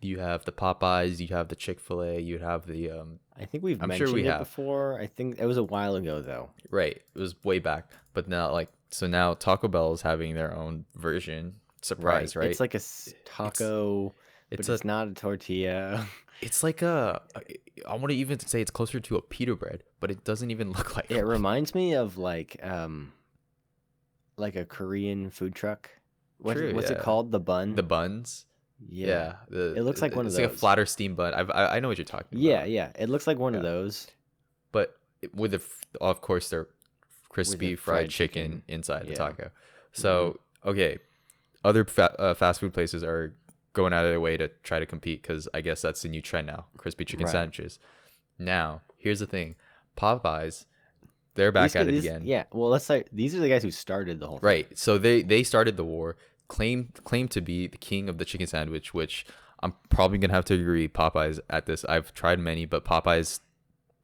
[SPEAKER 2] you have the Popeyes, you have the Chick Fil A, you have the um
[SPEAKER 1] I think we've
[SPEAKER 2] I'm sure
[SPEAKER 1] mentioned
[SPEAKER 2] we
[SPEAKER 1] it
[SPEAKER 2] have.
[SPEAKER 1] before. I think it was a while ago though.
[SPEAKER 2] right. It was way back, but now like so now Taco Bell is having their own version. Surprise, right?
[SPEAKER 1] It's like a s- taco, but
[SPEAKER 2] it's
[SPEAKER 1] it's,
[SPEAKER 2] a
[SPEAKER 1] not a tortilla.
[SPEAKER 2] it's like a I- I want to even say it's closer to a pita bread, but it doesn't even look like
[SPEAKER 1] it
[SPEAKER 2] one.
[SPEAKER 1] reminds me of like um like a Korean food truck. What's,
[SPEAKER 2] True,
[SPEAKER 1] what's it
[SPEAKER 2] yeah.
[SPEAKER 1] called? The bun?
[SPEAKER 2] the buns. Yeah, the-
[SPEAKER 1] It looks like one of
[SPEAKER 2] it's like a
[SPEAKER 1] those.
[SPEAKER 2] flatter steam bun. I've, I I know what you're talking about.
[SPEAKER 1] Yeah, yeah. It looks like one of
[SPEAKER 2] Yeah.
[SPEAKER 1] those.
[SPEAKER 2] but it- with the f- of course they're crispy fried,
[SPEAKER 1] fried
[SPEAKER 2] chicken,
[SPEAKER 1] chicken.
[SPEAKER 2] inside the
[SPEAKER 1] Yeah. Mm-hmm.
[SPEAKER 2] taco. So okay, other fa- uh, fast food places are going out of their way to try to compete because I guess that's the new trend now: crispy chicken
[SPEAKER 1] Right.
[SPEAKER 2] sandwiches. Now here's the thing: Popeyes, they're back
[SPEAKER 1] These
[SPEAKER 2] at
[SPEAKER 1] guys-
[SPEAKER 2] it
[SPEAKER 1] these-
[SPEAKER 2] again.
[SPEAKER 1] Yeah. Well, let's say these are the guys who started the whole thing.
[SPEAKER 2] Right. So they they started the war, claimed claimed to be the king of the chicken sandwich, which I'm probably gonna have to agree. Popeyes at this. I've tried many, but Popeyes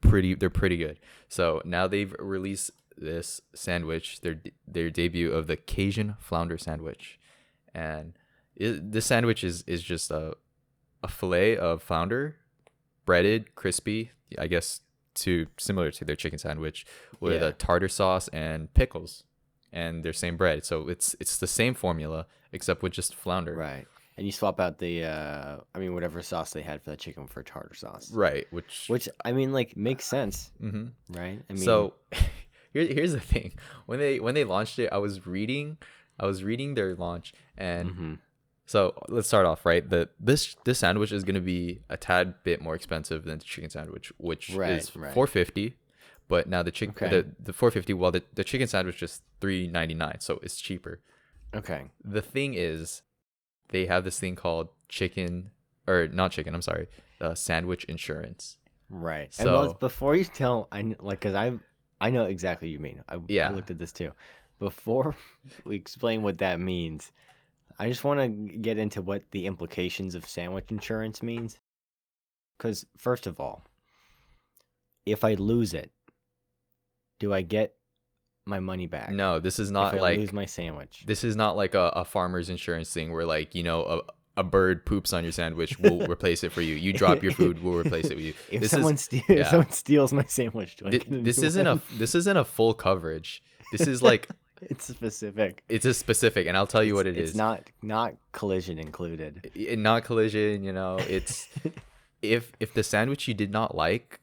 [SPEAKER 2] pretty they're pretty good. So now they've released this sandwich, their their debut of the Cajun flounder sandwich, and it, this sandwich is is just a a fillet of flounder, breaded, crispy. I guess to similar to their chicken sandwich with
[SPEAKER 1] Yeah.
[SPEAKER 2] a tartar sauce and pickles and their same bread. So it's it's the same formula except with just flounder.
[SPEAKER 1] Right. And you swap out the, uh, I mean, whatever sauce they had for the chicken for tartar sauce.
[SPEAKER 2] Right. Which.
[SPEAKER 1] Which, I mean, like, makes sense,
[SPEAKER 2] hmm
[SPEAKER 1] right? I mean,
[SPEAKER 2] so here, here's the thing. When they when they launched it, I was reading, I was reading their launch, and
[SPEAKER 1] mhm.
[SPEAKER 2] so let's start off right. The this this sandwich is gonna be a tad bit more expensive than the chicken sandwich, which
[SPEAKER 1] Right,
[SPEAKER 2] is
[SPEAKER 1] right.
[SPEAKER 2] four fifty. But now the chicken
[SPEAKER 1] Okay.
[SPEAKER 2] the, the four fifty. Well, the, the chicken sandwich is three ninety nine, so it's cheaper.
[SPEAKER 1] okay.
[SPEAKER 2] the thing is they have this thing called chicken or not chicken i'm sorry uh, sandwich insurance
[SPEAKER 1] Right. and well,
[SPEAKER 2] So-
[SPEAKER 1] before you tell, I kn- like, cause I, I know exactly what you mean. I,
[SPEAKER 2] Yeah.
[SPEAKER 1] I looked at this too. Before we explain what that means, I just want to get into what the implications of sandwich insurance means. Cause first of all, if I lose it, do I get my money back?
[SPEAKER 2] no this is not
[SPEAKER 1] if I
[SPEAKER 2] like
[SPEAKER 1] lose my sandwich.
[SPEAKER 2] this is not like a, a farmer's insurance thing where like you know a, a bird poops on your sandwich we'll replace it for you you drop your food we'll replace it with you
[SPEAKER 1] If
[SPEAKER 2] this
[SPEAKER 1] someone
[SPEAKER 2] is
[SPEAKER 1] steals, if
[SPEAKER 2] yeah.
[SPEAKER 1] someone steals my sandwich, do I
[SPEAKER 2] thi-
[SPEAKER 1] get a
[SPEAKER 2] this
[SPEAKER 1] new
[SPEAKER 2] isn't
[SPEAKER 1] one?
[SPEAKER 2] a this isn't a full coverage this is like
[SPEAKER 1] It's specific.
[SPEAKER 2] it's a specific and i'll tell you what it
[SPEAKER 1] it's
[SPEAKER 2] is
[SPEAKER 1] not not collision included.
[SPEAKER 2] I- not collision you know it's if if the sandwich you did not like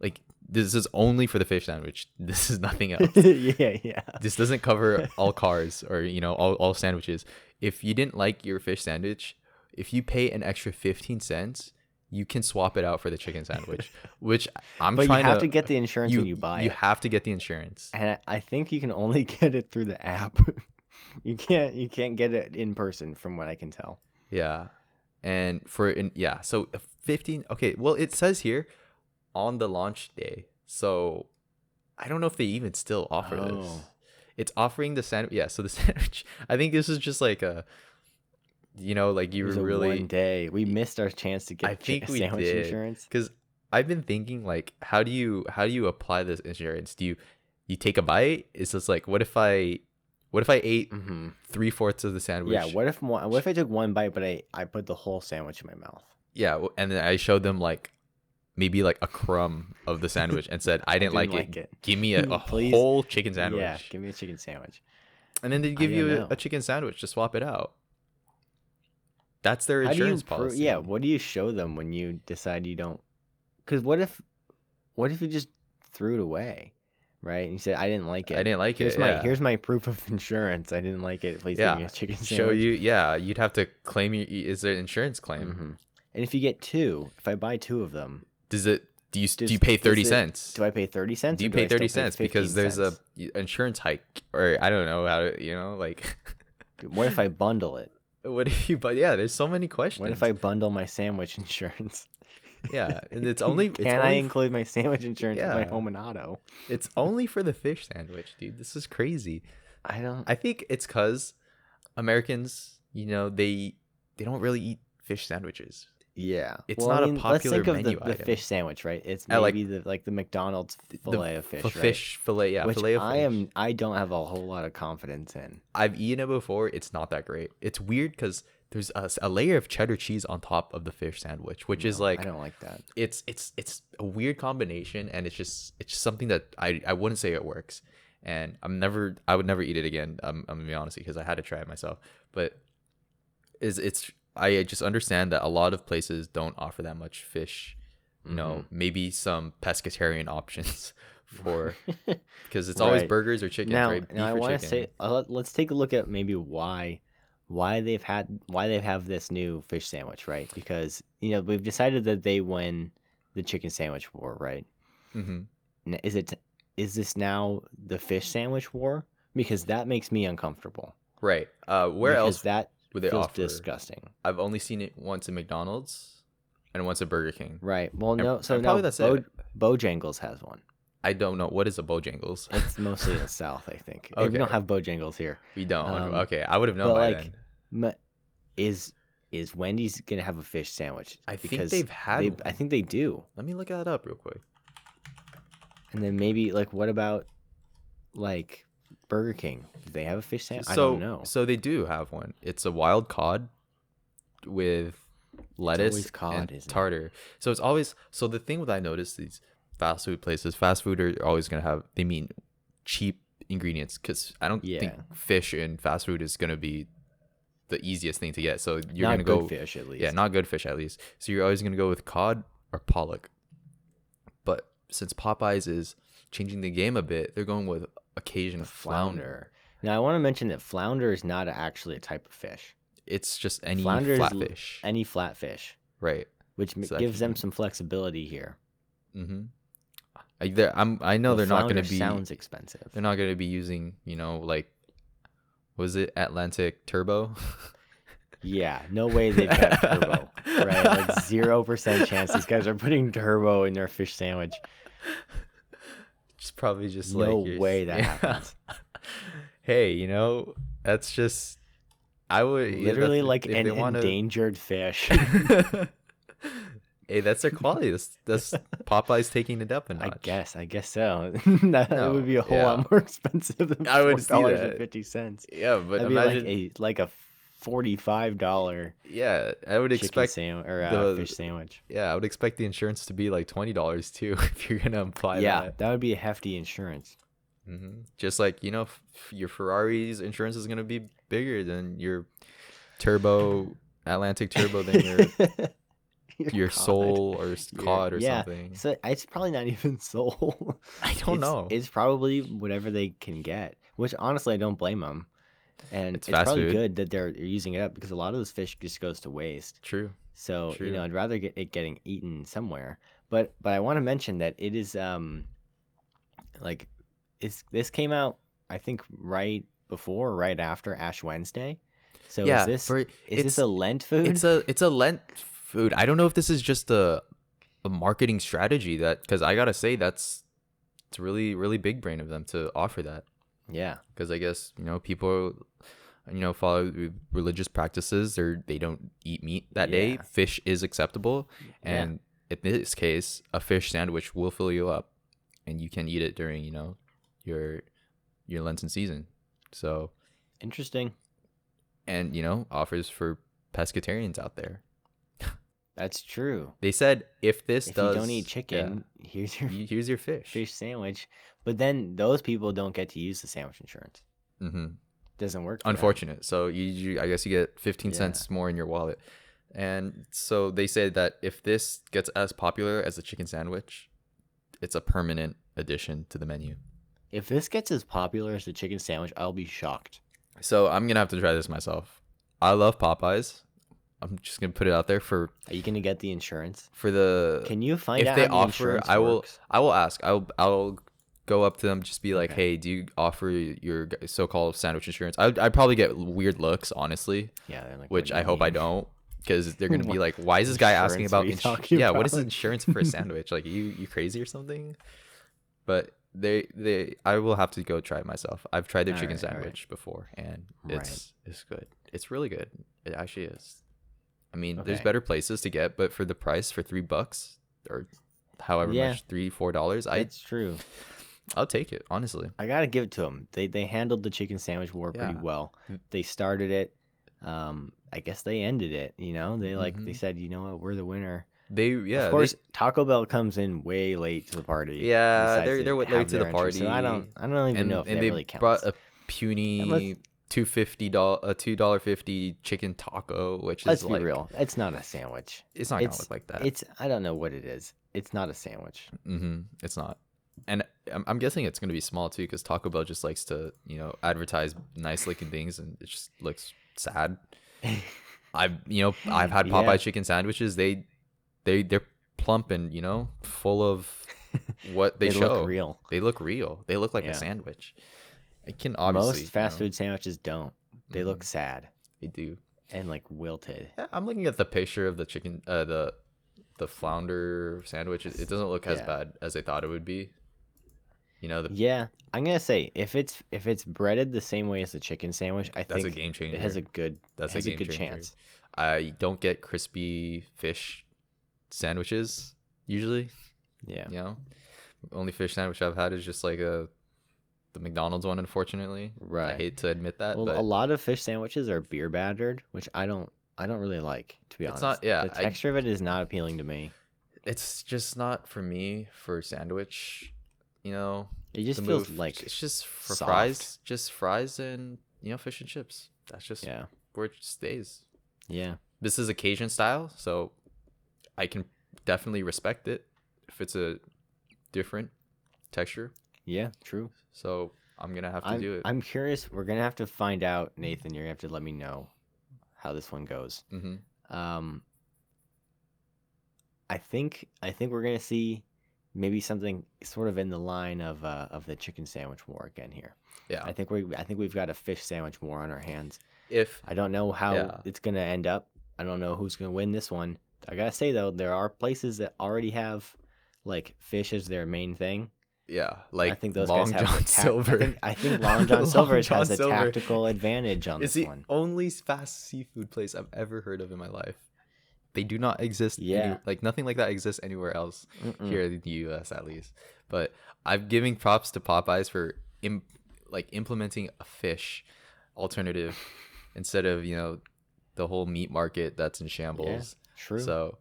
[SPEAKER 2] like this is only for the fish sandwich this is nothing else
[SPEAKER 1] yeah, yeah.
[SPEAKER 2] this doesn't cover all cars or you know all, all sandwiches if you didn't like your fish sandwich if you pay an extra 15 cents you can swap it out for the chicken sandwich which i'm
[SPEAKER 1] But you
[SPEAKER 2] trying
[SPEAKER 1] have to get the insurance
[SPEAKER 2] you,
[SPEAKER 1] when you buy
[SPEAKER 2] you
[SPEAKER 1] it,
[SPEAKER 2] have to get the insurance
[SPEAKER 1] and I I think you can only get it through the app. you can't you can't get it in person, from what I can tell.
[SPEAKER 2] yeah and for and yeah so 15 okay well it says here on the launch day so i don't know if they even still offer this
[SPEAKER 1] Oh.
[SPEAKER 2] it's offering the sandwich yeah so the sandwich i think this is just like a you know like you
[SPEAKER 1] it
[SPEAKER 2] were
[SPEAKER 1] was a
[SPEAKER 2] really
[SPEAKER 1] one day we missed our chance to get
[SPEAKER 2] I
[SPEAKER 1] chi-
[SPEAKER 2] think we
[SPEAKER 1] sandwich
[SPEAKER 2] did.
[SPEAKER 1] insurance.
[SPEAKER 2] because I've been thinking like how do you how do you apply this insurance? Do you you take a bite? It's just like what if I what if I ate
[SPEAKER 1] hmm
[SPEAKER 2] three fourths of the sandwich?
[SPEAKER 1] Yeah. What if one, what if I took one bite, but I I put the whole sandwich in my mouth?
[SPEAKER 2] Yeah, w- and then I showed them like maybe like a crumb of the sandwich and said I didn't, like, it. Give me a, a
[SPEAKER 1] Please.
[SPEAKER 2] whole chicken sandwich.
[SPEAKER 1] Yeah. Give me a chicken sandwich.
[SPEAKER 2] and then they give
[SPEAKER 1] I
[SPEAKER 2] you
[SPEAKER 1] don't
[SPEAKER 2] a,
[SPEAKER 1] know.
[SPEAKER 2] a chicken sandwich to swap it out. That's their
[SPEAKER 1] How do you
[SPEAKER 2] insurance
[SPEAKER 1] pro-
[SPEAKER 2] policy.
[SPEAKER 1] yeah. What do you show them when you decide you don't? Because what if what if you just threw it away, right? And you said I didn't like it.
[SPEAKER 2] I didn't like
[SPEAKER 1] Here's
[SPEAKER 2] it.
[SPEAKER 1] my
[SPEAKER 2] yeah.
[SPEAKER 1] here's my proof of insurance. I didn't like it. Please
[SPEAKER 2] Yeah,
[SPEAKER 1] give me a chicken sandwich.
[SPEAKER 2] show you yeah you'd have to claim your is there an insurance claim
[SPEAKER 1] Mhm. And if you get two, if I buy two of them,
[SPEAKER 2] does it do you do
[SPEAKER 1] Does-
[SPEAKER 2] you pay
[SPEAKER 1] does
[SPEAKER 2] 30
[SPEAKER 1] it-
[SPEAKER 2] cents
[SPEAKER 1] do I pay thirty cents?
[SPEAKER 2] do
[SPEAKER 1] or
[SPEAKER 2] you
[SPEAKER 1] I
[SPEAKER 2] pay
[SPEAKER 1] still
[SPEAKER 2] 30 cents because
[SPEAKER 1] 15
[SPEAKER 2] there's
[SPEAKER 1] cents?
[SPEAKER 2] a insurance hike or i don't know how to you know like
[SPEAKER 1] What if I bundle it?
[SPEAKER 2] what if you but yeah there's so many questions
[SPEAKER 1] What if I bundle my sandwich insurance?
[SPEAKER 2] yeah Uh, and it's only it's
[SPEAKER 1] Can I
[SPEAKER 2] only,
[SPEAKER 1] include my sandwich insurance with
[SPEAKER 2] Yeah.
[SPEAKER 1] my home and auto?
[SPEAKER 2] it's only for the fish sandwich dude this is crazy
[SPEAKER 1] I don't.
[SPEAKER 2] i think it's because americans you know they they don't really eat fish sandwiches
[SPEAKER 1] yeah,
[SPEAKER 2] it's not a popular
[SPEAKER 1] Let's think
[SPEAKER 2] menu
[SPEAKER 1] of the, the
[SPEAKER 2] item.
[SPEAKER 1] fish sandwich, right? It's
[SPEAKER 2] I
[SPEAKER 1] maybe
[SPEAKER 2] like-
[SPEAKER 1] the like the McDonald's
[SPEAKER 2] the
[SPEAKER 1] fillet of fish,
[SPEAKER 2] F-
[SPEAKER 1] right?
[SPEAKER 2] fish fillet yeah
[SPEAKER 1] Which
[SPEAKER 2] fillet of
[SPEAKER 1] I
[SPEAKER 2] fish.
[SPEAKER 1] am. I don't have a whole lot of confidence in.
[SPEAKER 2] I've eaten it before. It's not that great. It's weird because there's a, s- a layer of cheddar cheese on top of the fish sandwich, which is
[SPEAKER 1] No,
[SPEAKER 2] like
[SPEAKER 1] I don't like that.
[SPEAKER 2] it's it's it's a weird combination, and it's just it's just something that I I wouldn't say it works, and I'm never I would never eat it again. um, I'm I'm gonna be honest because I had to try it myself, but is it's I just understand that a lot of places don't offer that much fish. You know,
[SPEAKER 1] Mm-hmm.
[SPEAKER 2] maybe some pescatarian options for
[SPEAKER 1] Mhm.
[SPEAKER 2] because it's always
[SPEAKER 1] Right.
[SPEAKER 2] burgers or chicken,
[SPEAKER 1] now,
[SPEAKER 2] right?
[SPEAKER 1] now I
[SPEAKER 2] Beef or
[SPEAKER 1] want to
[SPEAKER 2] chicken.
[SPEAKER 1] say uh, let- let's take a look at maybe why why they've had why they have this new fish sandwich, right? Because you know we've decided that they win the chicken sandwich war, right?
[SPEAKER 2] Mhm.
[SPEAKER 1] N- Is it is this now the fish sandwich war? Because that makes me uncomfortable.
[SPEAKER 2] Right. Uh, where
[SPEAKER 1] because
[SPEAKER 2] else
[SPEAKER 1] that
[SPEAKER 2] would they
[SPEAKER 1] feels
[SPEAKER 2] offer?
[SPEAKER 1] disgusting,
[SPEAKER 2] I've only seen it once at McDonald's and once at Burger King.
[SPEAKER 1] right? Well,
[SPEAKER 2] And-
[SPEAKER 1] no. So
[SPEAKER 2] and
[SPEAKER 1] now
[SPEAKER 2] probably that's
[SPEAKER 1] Bo-
[SPEAKER 2] it.
[SPEAKER 1] Bojangles has one.
[SPEAKER 2] I don't know what is a Bojangles.
[SPEAKER 1] It's mostly in the south, I think. We don't
[SPEAKER 2] Okay.
[SPEAKER 1] have Bojangles here.
[SPEAKER 2] we don't.
[SPEAKER 1] um,
[SPEAKER 2] okay, I would have known
[SPEAKER 1] but,
[SPEAKER 2] by
[SPEAKER 1] like,
[SPEAKER 2] then.
[SPEAKER 1] M- Is is Wendy's gonna have a fish sandwich?
[SPEAKER 2] I think they've had.
[SPEAKER 1] they,
[SPEAKER 2] one.
[SPEAKER 1] I think they do.
[SPEAKER 2] Let me look that up real quick.
[SPEAKER 1] And then maybe like what about like Burger King? Do they have a fish sandwich?
[SPEAKER 2] so
[SPEAKER 1] I don't know.
[SPEAKER 2] so they do have one. It's a wild cod with lettuce
[SPEAKER 1] always cod,
[SPEAKER 2] and
[SPEAKER 1] isn't it?
[SPEAKER 2] tartar. So it's always so the thing that I noticed these fast food places, fast food are always gonna have they mean cheap ingredients because I don't
[SPEAKER 1] Yeah.
[SPEAKER 2] think fish in fast food is gonna be the easiest thing to get. So you're
[SPEAKER 1] Not
[SPEAKER 2] gonna
[SPEAKER 1] good
[SPEAKER 2] go
[SPEAKER 1] fish at least.
[SPEAKER 2] yeah, not good fish at least. So you're always gonna go with cod or pollock. But since Popeyes is changing the game a bit, they're going with occasion
[SPEAKER 1] flounder.
[SPEAKER 2] flounder.
[SPEAKER 1] Now I want to mention that flounder is not actually a type of fish.
[SPEAKER 2] it's just any
[SPEAKER 1] Flounder is l-
[SPEAKER 2] flatfish,
[SPEAKER 1] Any flatfish,
[SPEAKER 2] right?
[SPEAKER 1] which m
[SPEAKER 2] So that
[SPEAKER 1] gives
[SPEAKER 2] could
[SPEAKER 1] them
[SPEAKER 2] be-
[SPEAKER 1] some flexibility here.
[SPEAKER 2] Mm-hmm. I, they're, I'm, I know
[SPEAKER 1] But
[SPEAKER 2] they're not going
[SPEAKER 1] flounder
[SPEAKER 2] to be.
[SPEAKER 1] Sounds expensive.
[SPEAKER 2] They're not going to be using, you know, like, was it Atlantic Turbo?
[SPEAKER 1] Yeah, no way they've got turbo. Right, like zero percent chance these guys are putting turbo in their fish sandwich.
[SPEAKER 2] It's probably just
[SPEAKER 1] no
[SPEAKER 2] like your-
[SPEAKER 1] way that
[SPEAKER 2] yeah.
[SPEAKER 1] happens.
[SPEAKER 2] Hey, you know, that's just. I would yeah, that's-
[SPEAKER 1] Literally
[SPEAKER 2] if-
[SPEAKER 1] like
[SPEAKER 2] if
[SPEAKER 1] an
[SPEAKER 2] they wanna-
[SPEAKER 1] endangered fish.
[SPEAKER 2] hey, that's their quality. That's, that's Popeye's taking it up a notch.
[SPEAKER 1] I guess. I guess so. that
[SPEAKER 2] No,
[SPEAKER 1] would be a whole
[SPEAKER 2] yeah.
[SPEAKER 1] lot more expensive than
[SPEAKER 2] I would see
[SPEAKER 1] dollars
[SPEAKER 2] that.
[SPEAKER 1] and fifty cents.
[SPEAKER 2] Yeah, but
[SPEAKER 1] That'd
[SPEAKER 2] imagine.
[SPEAKER 1] be like a like a forty-five dollar
[SPEAKER 2] yeah, I would
[SPEAKER 1] chicken
[SPEAKER 2] expect
[SPEAKER 1] sandwich or uh,
[SPEAKER 2] the-
[SPEAKER 1] fish sandwich.
[SPEAKER 2] Yeah, I would expect the insurance to be like twenty dollars too if you're gonna apply
[SPEAKER 1] yeah,
[SPEAKER 2] that.
[SPEAKER 1] that would be a hefty insurance.
[SPEAKER 2] hmm Just like you know, f- your Ferrari's insurance is gonna be bigger than your turbo Atlantic turbo than your
[SPEAKER 1] Your
[SPEAKER 2] your
[SPEAKER 1] cod.
[SPEAKER 2] soul or s-
[SPEAKER 1] Your-
[SPEAKER 2] cod or
[SPEAKER 1] yeah,
[SPEAKER 2] something.
[SPEAKER 1] So it's probably not even soul.
[SPEAKER 2] I don't
[SPEAKER 1] it's,
[SPEAKER 2] know.
[SPEAKER 1] It's probably whatever they can get, which honestly I don't blame them. And
[SPEAKER 2] It's
[SPEAKER 1] it's,
[SPEAKER 2] fast
[SPEAKER 1] probably
[SPEAKER 2] food.
[SPEAKER 1] good that they're they're using it up because a lot of this fish just goes to waste.
[SPEAKER 2] True.
[SPEAKER 1] So
[SPEAKER 2] True.
[SPEAKER 1] you know, I'd rather get it getting eaten somewhere. But but I want to mention that it is um like it's this came out I think right before or right after Ash Wednesday. So
[SPEAKER 2] yeah.
[SPEAKER 1] is this
[SPEAKER 2] for-
[SPEAKER 1] is
[SPEAKER 2] it's,
[SPEAKER 1] this a Lent food?
[SPEAKER 2] it's a it's a Lent food. I don't know if this is just a a marketing strategy that because I gotta say that's it's really really big brain of them to offer that.
[SPEAKER 1] yeah.
[SPEAKER 2] because I guess you know people, you know, follow re- religious practices. They they don't eat meat that day.
[SPEAKER 1] Yeah.
[SPEAKER 2] Fish is acceptable,
[SPEAKER 1] Yeah.
[SPEAKER 2] and in this case, a fish sandwich will fill you up, and you can eat it during you know your your Lenten season. So
[SPEAKER 1] Interesting.
[SPEAKER 2] and you know offers for pescatarians out there.
[SPEAKER 1] That's true.
[SPEAKER 2] They said if this
[SPEAKER 1] if
[SPEAKER 2] does
[SPEAKER 1] you don't eat
[SPEAKER 2] yeah, Mm.
[SPEAKER 1] chicken, here's your
[SPEAKER 2] you- here's your fish.
[SPEAKER 1] fish sandwich. But then those people don't get to use the sandwich insurance.
[SPEAKER 2] hmm
[SPEAKER 1] Doesn't work. for them.
[SPEAKER 2] Unfortunate. So you, you I guess you get 15
[SPEAKER 1] Yeah.
[SPEAKER 2] cents more in your wallet. And so they say that if this gets as popular as the chicken sandwich, it's a permanent addition to the menu.
[SPEAKER 1] If this gets as popular as the chicken sandwich, I'll be shocked.
[SPEAKER 2] So I'm gonna have to try this myself. I love Popeyes. I'm just gonna put it out there for
[SPEAKER 1] Are you gonna get the insurance?
[SPEAKER 2] for the
[SPEAKER 1] Can you find
[SPEAKER 2] Uh, if
[SPEAKER 1] out
[SPEAKER 2] they
[SPEAKER 1] how the
[SPEAKER 2] offer.
[SPEAKER 1] insurance
[SPEAKER 2] I will
[SPEAKER 1] works?
[SPEAKER 2] I will ask. I'll I'll go up to them just be like,
[SPEAKER 1] Okay.
[SPEAKER 2] hey, do you offer your g- so-called sandwich insurance? I I probably get weird looks, honestly,
[SPEAKER 1] Yeah, they're like, "What
[SPEAKER 2] which
[SPEAKER 1] do
[SPEAKER 2] I
[SPEAKER 1] you
[SPEAKER 2] hope I
[SPEAKER 1] mean?"
[SPEAKER 2] don't. Because they're gonna be
[SPEAKER 1] What
[SPEAKER 2] like, "Why is this guy asking
[SPEAKER 1] insurance are
[SPEAKER 2] about
[SPEAKER 1] you
[SPEAKER 2] ins-
[SPEAKER 1] talking
[SPEAKER 2] yeah? What is
[SPEAKER 1] about?"
[SPEAKER 2] insurance for a sandwich? Like, you you crazy or something?" But they they I will have to go try it myself. I've tried their
[SPEAKER 1] All
[SPEAKER 2] chicken
[SPEAKER 1] right, all right.
[SPEAKER 2] sandwich before, and
[SPEAKER 1] Right.
[SPEAKER 2] it's it's good. It's really good. It actually is. I mean, there's
[SPEAKER 1] Okay.
[SPEAKER 2] better places to get, but for the price, for three bucks or however
[SPEAKER 1] Yeah.
[SPEAKER 2] much, three four dollars, I
[SPEAKER 1] It's true.
[SPEAKER 2] I'll take it honestly.
[SPEAKER 1] I gotta give it to them. They they handled the chicken sandwich war pretty
[SPEAKER 2] Yeah.
[SPEAKER 1] well.
[SPEAKER 2] Mm.
[SPEAKER 1] They started it. Um, I guess they ended it. You know, they like they
[SPEAKER 2] Mhm.
[SPEAKER 1] said, you know what, we're the winner.
[SPEAKER 2] They yeah,
[SPEAKER 1] of
[SPEAKER 2] they-
[SPEAKER 1] course, Taco Bell comes in way late to the party. and
[SPEAKER 2] yeah,
[SPEAKER 1] decides
[SPEAKER 2] Uh, they're
[SPEAKER 1] to
[SPEAKER 2] they're what-
[SPEAKER 1] have
[SPEAKER 2] late to the
[SPEAKER 1] their entrance,
[SPEAKER 2] party.
[SPEAKER 1] So I don't I don't even
[SPEAKER 2] and,
[SPEAKER 1] know if
[SPEAKER 2] and
[SPEAKER 1] that
[SPEAKER 2] they
[SPEAKER 1] really counts.
[SPEAKER 2] brought a puny
[SPEAKER 1] Unless-
[SPEAKER 2] two fifty dollar a two dollar fifty chicken taco, which
[SPEAKER 1] Let's
[SPEAKER 2] is
[SPEAKER 1] be
[SPEAKER 2] like
[SPEAKER 1] real. It's not a sandwich.
[SPEAKER 2] It's not gonna
[SPEAKER 1] It's-
[SPEAKER 2] look like that.
[SPEAKER 1] It's I don't know what it is. It's not a sandwich.
[SPEAKER 2] Mm-hmm. It's not. And I'm, I'm guessing it's going to be small too because Taco Bell just likes to, you know, advertise nice looking things and it just looks sad. I've, you know, I've had
[SPEAKER 1] Yeah.
[SPEAKER 2] Popeye chicken sandwiches. They, they, they're plump and, you know, full of what they,
[SPEAKER 1] They,
[SPEAKER 2] show.
[SPEAKER 1] look real.
[SPEAKER 2] They look real. They look like
[SPEAKER 1] Yeah.
[SPEAKER 2] a sandwich. It can obviously.
[SPEAKER 1] Most fast
[SPEAKER 2] you know, mm-hmm.
[SPEAKER 1] food sandwiches don't. They look sad
[SPEAKER 2] They do.
[SPEAKER 1] and like wilted.
[SPEAKER 2] Yeah, I'm looking at the picture of the chicken, uh, the, the flounder sandwich. It, it doesn't look as
[SPEAKER 1] Yeah.
[SPEAKER 2] bad as I thought it would be. You know, the
[SPEAKER 1] Yeah, I'm gonna say if it's if it's breaded the same way as the chicken sandwich, I
[SPEAKER 2] That's a
[SPEAKER 1] think
[SPEAKER 2] game changer.
[SPEAKER 1] it has a good
[SPEAKER 2] That's
[SPEAKER 1] has
[SPEAKER 2] a
[SPEAKER 1] a,
[SPEAKER 2] game
[SPEAKER 1] good
[SPEAKER 2] changer.
[SPEAKER 1] chance.
[SPEAKER 2] I don't get crispy fish sandwiches usually.
[SPEAKER 1] Yeah.
[SPEAKER 2] You know, only fish sandwich I've had is just like a the McDonald's one. Unfortunately, I
[SPEAKER 1] Right.
[SPEAKER 2] hate to admit that,
[SPEAKER 1] Well,
[SPEAKER 2] but
[SPEAKER 1] a lot of fish sandwiches are beer battered, which I don't I don't really like to be
[SPEAKER 2] It's
[SPEAKER 1] honest.
[SPEAKER 2] not- yeah,
[SPEAKER 1] the
[SPEAKER 2] I-
[SPEAKER 1] texture of it is not appealing to me.
[SPEAKER 2] it's just not for me for sandwich. You know,
[SPEAKER 1] It just
[SPEAKER 2] the
[SPEAKER 1] feels
[SPEAKER 2] move.
[SPEAKER 1] like
[SPEAKER 2] it's just for
[SPEAKER 1] soft.
[SPEAKER 2] fries, just fries and you know fish and chips. That's just
[SPEAKER 1] yeah
[SPEAKER 2] where it stays.
[SPEAKER 1] yeah
[SPEAKER 2] this is a Cajun style, so I can definitely respect it if it's a different texture.
[SPEAKER 1] yeah true.
[SPEAKER 2] So I'm gonna have to
[SPEAKER 1] I'm,
[SPEAKER 2] do it.
[SPEAKER 1] I'm curious. We're gonna have to find out, Nathan. You're gonna have to let me know how this one goes.
[SPEAKER 2] hmm
[SPEAKER 1] Um, I think I think we're gonna see maybe something sort of in the line of uh, of the chicken sandwich war again here.
[SPEAKER 2] Yeah.
[SPEAKER 1] I think we I think we've got a fish sandwich war on our hands.
[SPEAKER 2] If
[SPEAKER 1] I don't know how
[SPEAKER 2] Yeah.
[SPEAKER 1] it's gonna end up. I don't know who's gonna win this one. I gotta say though, there are places that already have like fish as their main thing.
[SPEAKER 2] yeah, like
[SPEAKER 1] I think those guys
[SPEAKER 2] Long
[SPEAKER 1] have
[SPEAKER 2] John
[SPEAKER 1] the tac-
[SPEAKER 2] Silver.
[SPEAKER 1] I think, I think Long John Silver
[SPEAKER 2] Long
[SPEAKER 1] has
[SPEAKER 2] John
[SPEAKER 1] a
[SPEAKER 2] Silver
[SPEAKER 1] tactical advantage on
[SPEAKER 2] is
[SPEAKER 1] this
[SPEAKER 2] the
[SPEAKER 1] one.
[SPEAKER 2] only fast seafood place I've ever heard of in my life. They do not exist. any-
[SPEAKER 1] Yeah.
[SPEAKER 2] like nothing like that exists anywhere else.
[SPEAKER 1] Mm-mm.
[SPEAKER 2] here in the U.S. at least. But I'm giving props to Popeyes for Im- like implementing a fish alternative instead of you know the whole meat market that's in shambles.
[SPEAKER 1] True.
[SPEAKER 2] So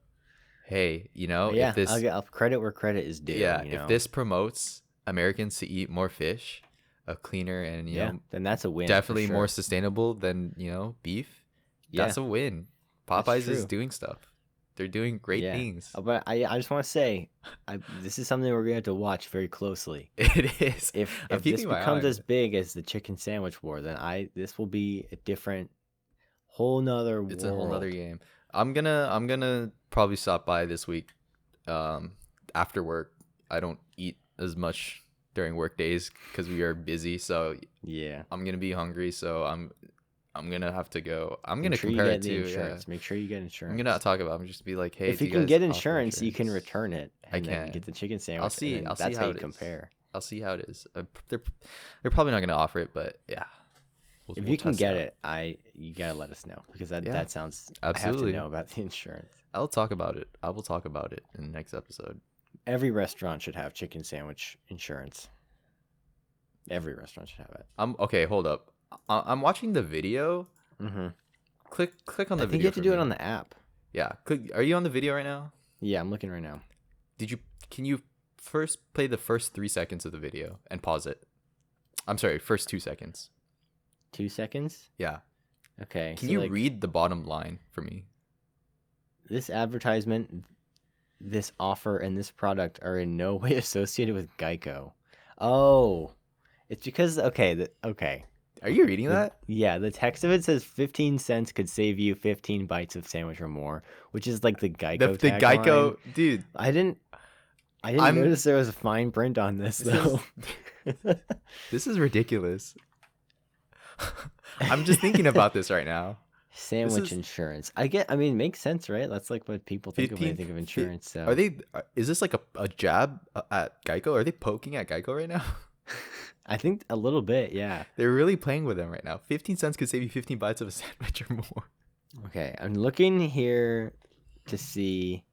[SPEAKER 2] hey, you know
[SPEAKER 1] yeah,
[SPEAKER 2] if this
[SPEAKER 1] I'll, get- I'll credit where credit is due.
[SPEAKER 2] yeah
[SPEAKER 1] you know?
[SPEAKER 2] if this promotes Americans to eat more fish, a cleaner and you
[SPEAKER 1] yeah,
[SPEAKER 2] know
[SPEAKER 1] then that's a win. for
[SPEAKER 2] definitely more
[SPEAKER 1] sure.
[SPEAKER 2] sustainable than you know beef.
[SPEAKER 1] Yeah.
[SPEAKER 2] That's a win.
[SPEAKER 1] That's
[SPEAKER 2] Popeyes is
[SPEAKER 1] true.
[SPEAKER 2] doing stuff. They're doing great
[SPEAKER 1] Yeah.
[SPEAKER 2] things.
[SPEAKER 1] Uh, but I, I just want to say, I, this is something we're gonna have to watch very closely.
[SPEAKER 2] It is.
[SPEAKER 1] If
[SPEAKER 2] I'm
[SPEAKER 1] if this
[SPEAKER 2] keeping my eye
[SPEAKER 1] becomes
[SPEAKER 2] on
[SPEAKER 1] as big as the chicken sandwich war, then I this will be a different, whole nother world.
[SPEAKER 2] it's a whole nother game i'm gonna i'm gonna probably stop by this week um after work i don't eat as much during work days because we are busy so
[SPEAKER 1] Yeah,
[SPEAKER 2] i'm gonna be hungry so i'm i'm gonna have to go i'm gonna
[SPEAKER 1] Make sure you
[SPEAKER 2] compare
[SPEAKER 1] get the
[SPEAKER 2] it to yeah.
[SPEAKER 1] insurance. Make sure you get insurance.
[SPEAKER 2] i'm gonna not talk about it. i'm just be like hey
[SPEAKER 1] if you
[SPEAKER 2] do
[SPEAKER 1] can
[SPEAKER 2] guys
[SPEAKER 1] get
[SPEAKER 2] offer
[SPEAKER 1] insurance, you can
[SPEAKER 2] insurance?
[SPEAKER 1] return it.
[SPEAKER 2] I
[SPEAKER 1] and then
[SPEAKER 2] can.
[SPEAKER 1] get the chicken sandwich. and
[SPEAKER 2] see-
[SPEAKER 1] then
[SPEAKER 2] I'll see
[SPEAKER 1] that's
[SPEAKER 2] how
[SPEAKER 1] how
[SPEAKER 2] it
[SPEAKER 1] you
[SPEAKER 2] is.
[SPEAKER 1] compare.
[SPEAKER 2] i'll see how it is Uh, p- they're they're probably not gonna offer it but yeah We'll-
[SPEAKER 1] if
[SPEAKER 2] we'll
[SPEAKER 1] you can
[SPEAKER 2] test
[SPEAKER 1] get
[SPEAKER 2] out.
[SPEAKER 1] it, I you gotta let us know because that,
[SPEAKER 2] Yeah,
[SPEAKER 1] that sounds
[SPEAKER 2] absolutely.
[SPEAKER 1] I have to know about the insurance.
[SPEAKER 2] I'll talk about it. I will talk about it in the next episode.
[SPEAKER 1] Every restaurant should have chicken sandwich insurance. Every restaurant should have it.
[SPEAKER 2] I'm okay. Hold up. I- I'm watching the video.
[SPEAKER 1] Mm-hmm.
[SPEAKER 2] Click, click on
[SPEAKER 1] I
[SPEAKER 2] the
[SPEAKER 1] think
[SPEAKER 2] video.
[SPEAKER 1] you have to
[SPEAKER 2] for
[SPEAKER 1] do
[SPEAKER 2] me.
[SPEAKER 1] it on the app.
[SPEAKER 2] Yeah. Click. Are you on the video right now?
[SPEAKER 1] Yeah, I'm looking right now.
[SPEAKER 2] Did you? Can you first play the first three seconds of the video and pause it? I'm sorry. First two seconds.
[SPEAKER 1] Two seconds.
[SPEAKER 2] Yeah.
[SPEAKER 1] Okay.
[SPEAKER 2] Can
[SPEAKER 1] so,
[SPEAKER 2] you
[SPEAKER 1] like,
[SPEAKER 2] read the bottom line for me?
[SPEAKER 1] this advertisement, this offer, and this product are in no way associated with Geico? Oh, it's because okay, the, okay,
[SPEAKER 2] Are you reading
[SPEAKER 1] The-
[SPEAKER 2] that?
[SPEAKER 1] yeah, the text of it says 15 cents could save you 15 bites of sandwich or more, which is like the Geico.
[SPEAKER 2] The, the
[SPEAKER 1] tagline.
[SPEAKER 2] Geico dude.
[SPEAKER 1] I didn't. I didn't
[SPEAKER 2] I'm-
[SPEAKER 1] notice there was a fine print on this
[SPEAKER 2] This is-
[SPEAKER 1] though.
[SPEAKER 2] This is ridiculous. I'm just thinking about this right now.
[SPEAKER 1] Sandwich
[SPEAKER 2] is-
[SPEAKER 1] insurance. I get. I mean, it makes sense, right? That's like what people think of when they
[SPEAKER 2] 15
[SPEAKER 1] think of
[SPEAKER 2] fi-
[SPEAKER 1] insurance. So
[SPEAKER 2] Are they? are- Is this like a, a jab uh, at Geico? Are they poking at Geico right now?
[SPEAKER 1] I think a little bit, yeah.
[SPEAKER 2] They're really playing with them right now. Fifteen cents could save you fifteen bites of a sandwich or more.
[SPEAKER 1] Okay, I'm looking here to see.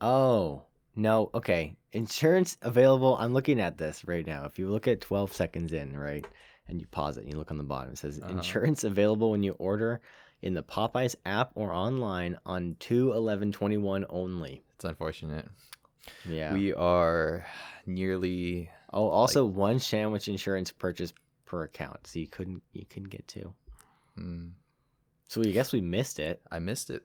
[SPEAKER 1] Oh no. Okay, insurance available. I'm looking at this right now. If you look at 12 seconds in, right, and you pause it and you look on the bottom, it says
[SPEAKER 2] Uh-huh.
[SPEAKER 1] insurance available when you order in the Popeyes app or online on 2/11/21 only.
[SPEAKER 2] It's unfortunate.
[SPEAKER 1] Yeah.
[SPEAKER 2] We are nearly.
[SPEAKER 1] oh, also one sandwich insurance purchase per account. So you couldn't you couldn't get two.
[SPEAKER 2] Hmm,
[SPEAKER 1] So we guess we missed it.
[SPEAKER 2] I missed it.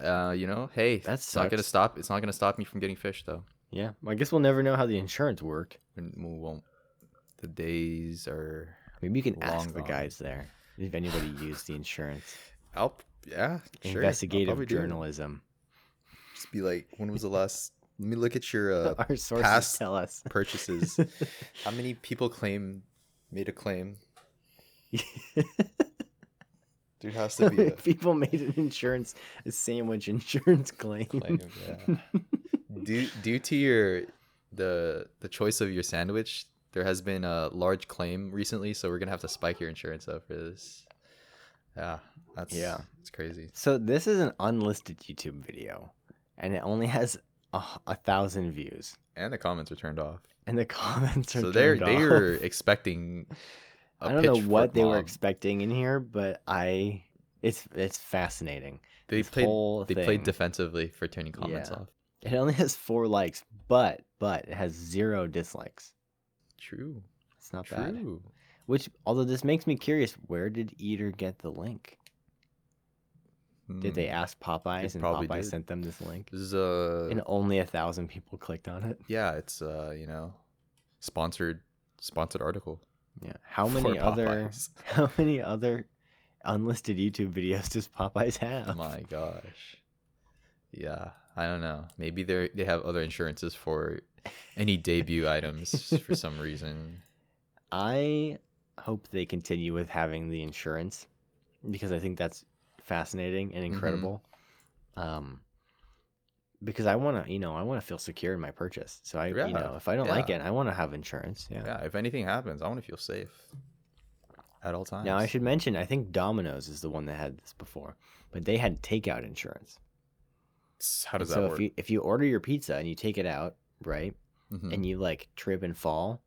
[SPEAKER 2] Uh, you know, hey,
[SPEAKER 1] That
[SPEAKER 2] it's not gonna
[SPEAKER 1] sucks.
[SPEAKER 2] stop. It's not gonna stop me from getting fish though.
[SPEAKER 1] Yeah. Well, I guess we'll never know how the insurance worked.
[SPEAKER 2] We we won't. The days are.
[SPEAKER 1] Maybe you can ask
[SPEAKER 2] Long
[SPEAKER 1] the
[SPEAKER 2] gone.
[SPEAKER 1] guys there if anybody used the insurance.
[SPEAKER 2] I'll yeah. Sure. I'll probably
[SPEAKER 1] Investigative
[SPEAKER 2] do it.
[SPEAKER 1] journalism.
[SPEAKER 2] Just be like, when was the last? Let me look at your uh,
[SPEAKER 1] Our sources
[SPEAKER 2] past-
[SPEAKER 1] tell us.
[SPEAKER 2] purchases. How many people claim made a claim? There has to be a
[SPEAKER 1] People made an insurance, a sandwich insurance claim.
[SPEAKER 2] claim. Yeah. due, due to your the the choice of your sandwich, there has been a large claim recently, so we're gonna have to spike your insurance up for this. Yeah, that's
[SPEAKER 1] Yeah.
[SPEAKER 2] it's crazy.
[SPEAKER 1] So this is an unlisted YouTube video, and it only has a, a thousand views,
[SPEAKER 2] And the comments are turned off,
[SPEAKER 1] and the comments are
[SPEAKER 2] so they're
[SPEAKER 1] turned
[SPEAKER 2] they
[SPEAKER 1] off.
[SPEAKER 2] were expecting. I
[SPEAKER 1] I don't know what they were expecting in here, but I it's it's fascinating.
[SPEAKER 2] They
[SPEAKER 1] this
[SPEAKER 2] played.
[SPEAKER 1] whole
[SPEAKER 2] They played
[SPEAKER 1] thing.
[SPEAKER 2] defensively for turning comments
[SPEAKER 1] Yeah.
[SPEAKER 2] off.
[SPEAKER 1] It only has four likes, but but it has zero dislikes.
[SPEAKER 2] True.
[SPEAKER 1] It's not bad.
[SPEAKER 2] True.
[SPEAKER 1] Which, although this makes me curious, where did Eater get the link? Did they
[SPEAKER 2] Hmm.
[SPEAKER 1] ask Popeyes and
[SPEAKER 2] probably
[SPEAKER 1] Popeyes
[SPEAKER 2] did. Uh,
[SPEAKER 1] sent them this link?
[SPEAKER 2] This is a
[SPEAKER 1] And only a thousand people clicked on it.
[SPEAKER 2] yeah. It's uh you know, sponsored sponsored article.
[SPEAKER 1] Yeah. How
[SPEAKER 2] for
[SPEAKER 1] many other
[SPEAKER 2] Popeyes.
[SPEAKER 1] how many other unlisted YouTube videos does Popeyes have?
[SPEAKER 2] My gosh. Yeah, I don't know. Maybe they they have other insurances for any debut items for some reason.
[SPEAKER 1] I hope they continue with having the insurance because I think that's fascinating and
[SPEAKER 2] Mhm.
[SPEAKER 1] incredible. Um because I want to, you know, I want to feel secure in my purchase. So I,
[SPEAKER 2] Yeah,
[SPEAKER 1] you know, if I don't like
[SPEAKER 2] yeah.
[SPEAKER 1] it, I want to have insurance. Yeah.
[SPEAKER 2] Yeah, if anything happens, I want to feel safe at all times.
[SPEAKER 1] Now I should mention, I think Domino's is the one that had this before, but they had takeout insurance.
[SPEAKER 2] S- How does
[SPEAKER 1] so
[SPEAKER 2] that
[SPEAKER 1] if
[SPEAKER 2] work?
[SPEAKER 1] you if you order your pizza and you take it out, right,
[SPEAKER 2] Mhm.
[SPEAKER 1] and you like trip and fall,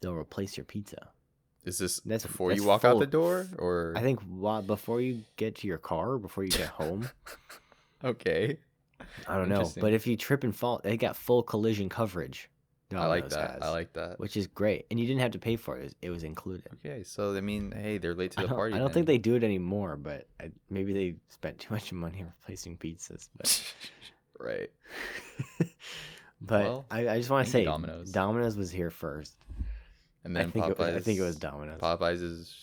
[SPEAKER 1] they'll replace your pizza.
[SPEAKER 2] Is this
[SPEAKER 1] that's-
[SPEAKER 2] before
[SPEAKER 1] that's
[SPEAKER 2] you walk out
[SPEAKER 1] full-
[SPEAKER 2] the door, or
[SPEAKER 1] I think wa- before you get to your car, or before you get home,
[SPEAKER 2] okay?
[SPEAKER 1] I don't know,
[SPEAKER 2] Interesting.
[SPEAKER 1] but if you trip and fall, they got full collision coverage.
[SPEAKER 2] I like
[SPEAKER 1] Domino's
[SPEAKER 2] that.
[SPEAKER 1] has,
[SPEAKER 2] I like that.
[SPEAKER 1] which is great, and you didn't have to pay for it; it was, it was included.
[SPEAKER 2] Okay, so I mean, hey, they're late to
[SPEAKER 1] I
[SPEAKER 2] the
[SPEAKER 1] don't,
[SPEAKER 2] party.
[SPEAKER 1] I don't think they do it anymore, but I, maybe they spent too much money replacing pizzas. But
[SPEAKER 2] they. right.
[SPEAKER 1] but
[SPEAKER 2] Well,
[SPEAKER 1] I, I just want
[SPEAKER 2] thank
[SPEAKER 1] to say
[SPEAKER 2] you, Domino's.
[SPEAKER 1] Domino's. was here first.
[SPEAKER 2] And
[SPEAKER 1] I
[SPEAKER 2] then
[SPEAKER 1] think, it,
[SPEAKER 2] Popeyes.
[SPEAKER 1] I think it was Domino's.
[SPEAKER 2] Popeyes is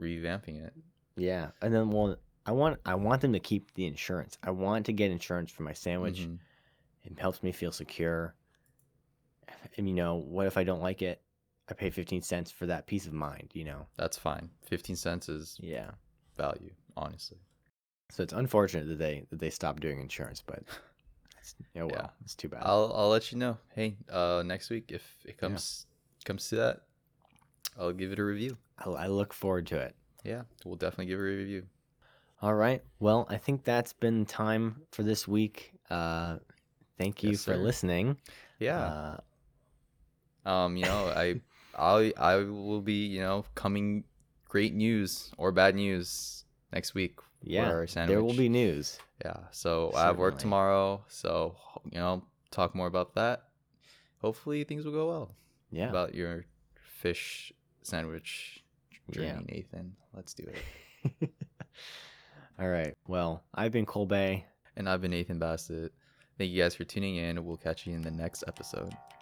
[SPEAKER 2] revamping it.
[SPEAKER 1] yeah, and then well, I want I want them to keep the insurance. I want to get insurance for my sandwich.
[SPEAKER 2] Mhm.
[SPEAKER 1] It helps me feel secure. And you know, what if I don't like it? I pay fifteen cents for that peace of mind. You know.
[SPEAKER 2] That's fine. Fifteen cents is
[SPEAKER 1] Yeah.
[SPEAKER 2] value, honestly.
[SPEAKER 1] So it's unfortunate that they that they stopped doing insurance, but it's, oh well,
[SPEAKER 2] Yeah.
[SPEAKER 1] it's too bad.
[SPEAKER 2] I'll I'll let you know. Hey, uh, next week if it comes comes to that, I'll give it a review.
[SPEAKER 1] I, I look forward to it.
[SPEAKER 2] yeah, we'll definitely give it a review.
[SPEAKER 1] All right. Well, I think that's been time for this week. Uh, thank you
[SPEAKER 2] Yes,
[SPEAKER 1] for
[SPEAKER 2] sir.
[SPEAKER 1] listening.
[SPEAKER 2] Yeah.
[SPEAKER 1] Uh,
[SPEAKER 2] um, you know, I I I will be, you know, coming great news or bad news next week.
[SPEAKER 1] yeah.
[SPEAKER 2] our
[SPEAKER 1] There will
[SPEAKER 2] sandwich.
[SPEAKER 1] be news.
[SPEAKER 2] Yeah. So I have work
[SPEAKER 1] Certainly.
[SPEAKER 2] tomorrow, so you know, talk more about that. Hopefully things will go well
[SPEAKER 1] Yeah.
[SPEAKER 2] about your fish sandwich journey,
[SPEAKER 1] Yeah.
[SPEAKER 2] Nathan. Let's do it.
[SPEAKER 1] All right. Well, I've been Colby.
[SPEAKER 2] And I've been Nathan Bassett. Thank you guys for tuning in. We'll catch you in the next episode.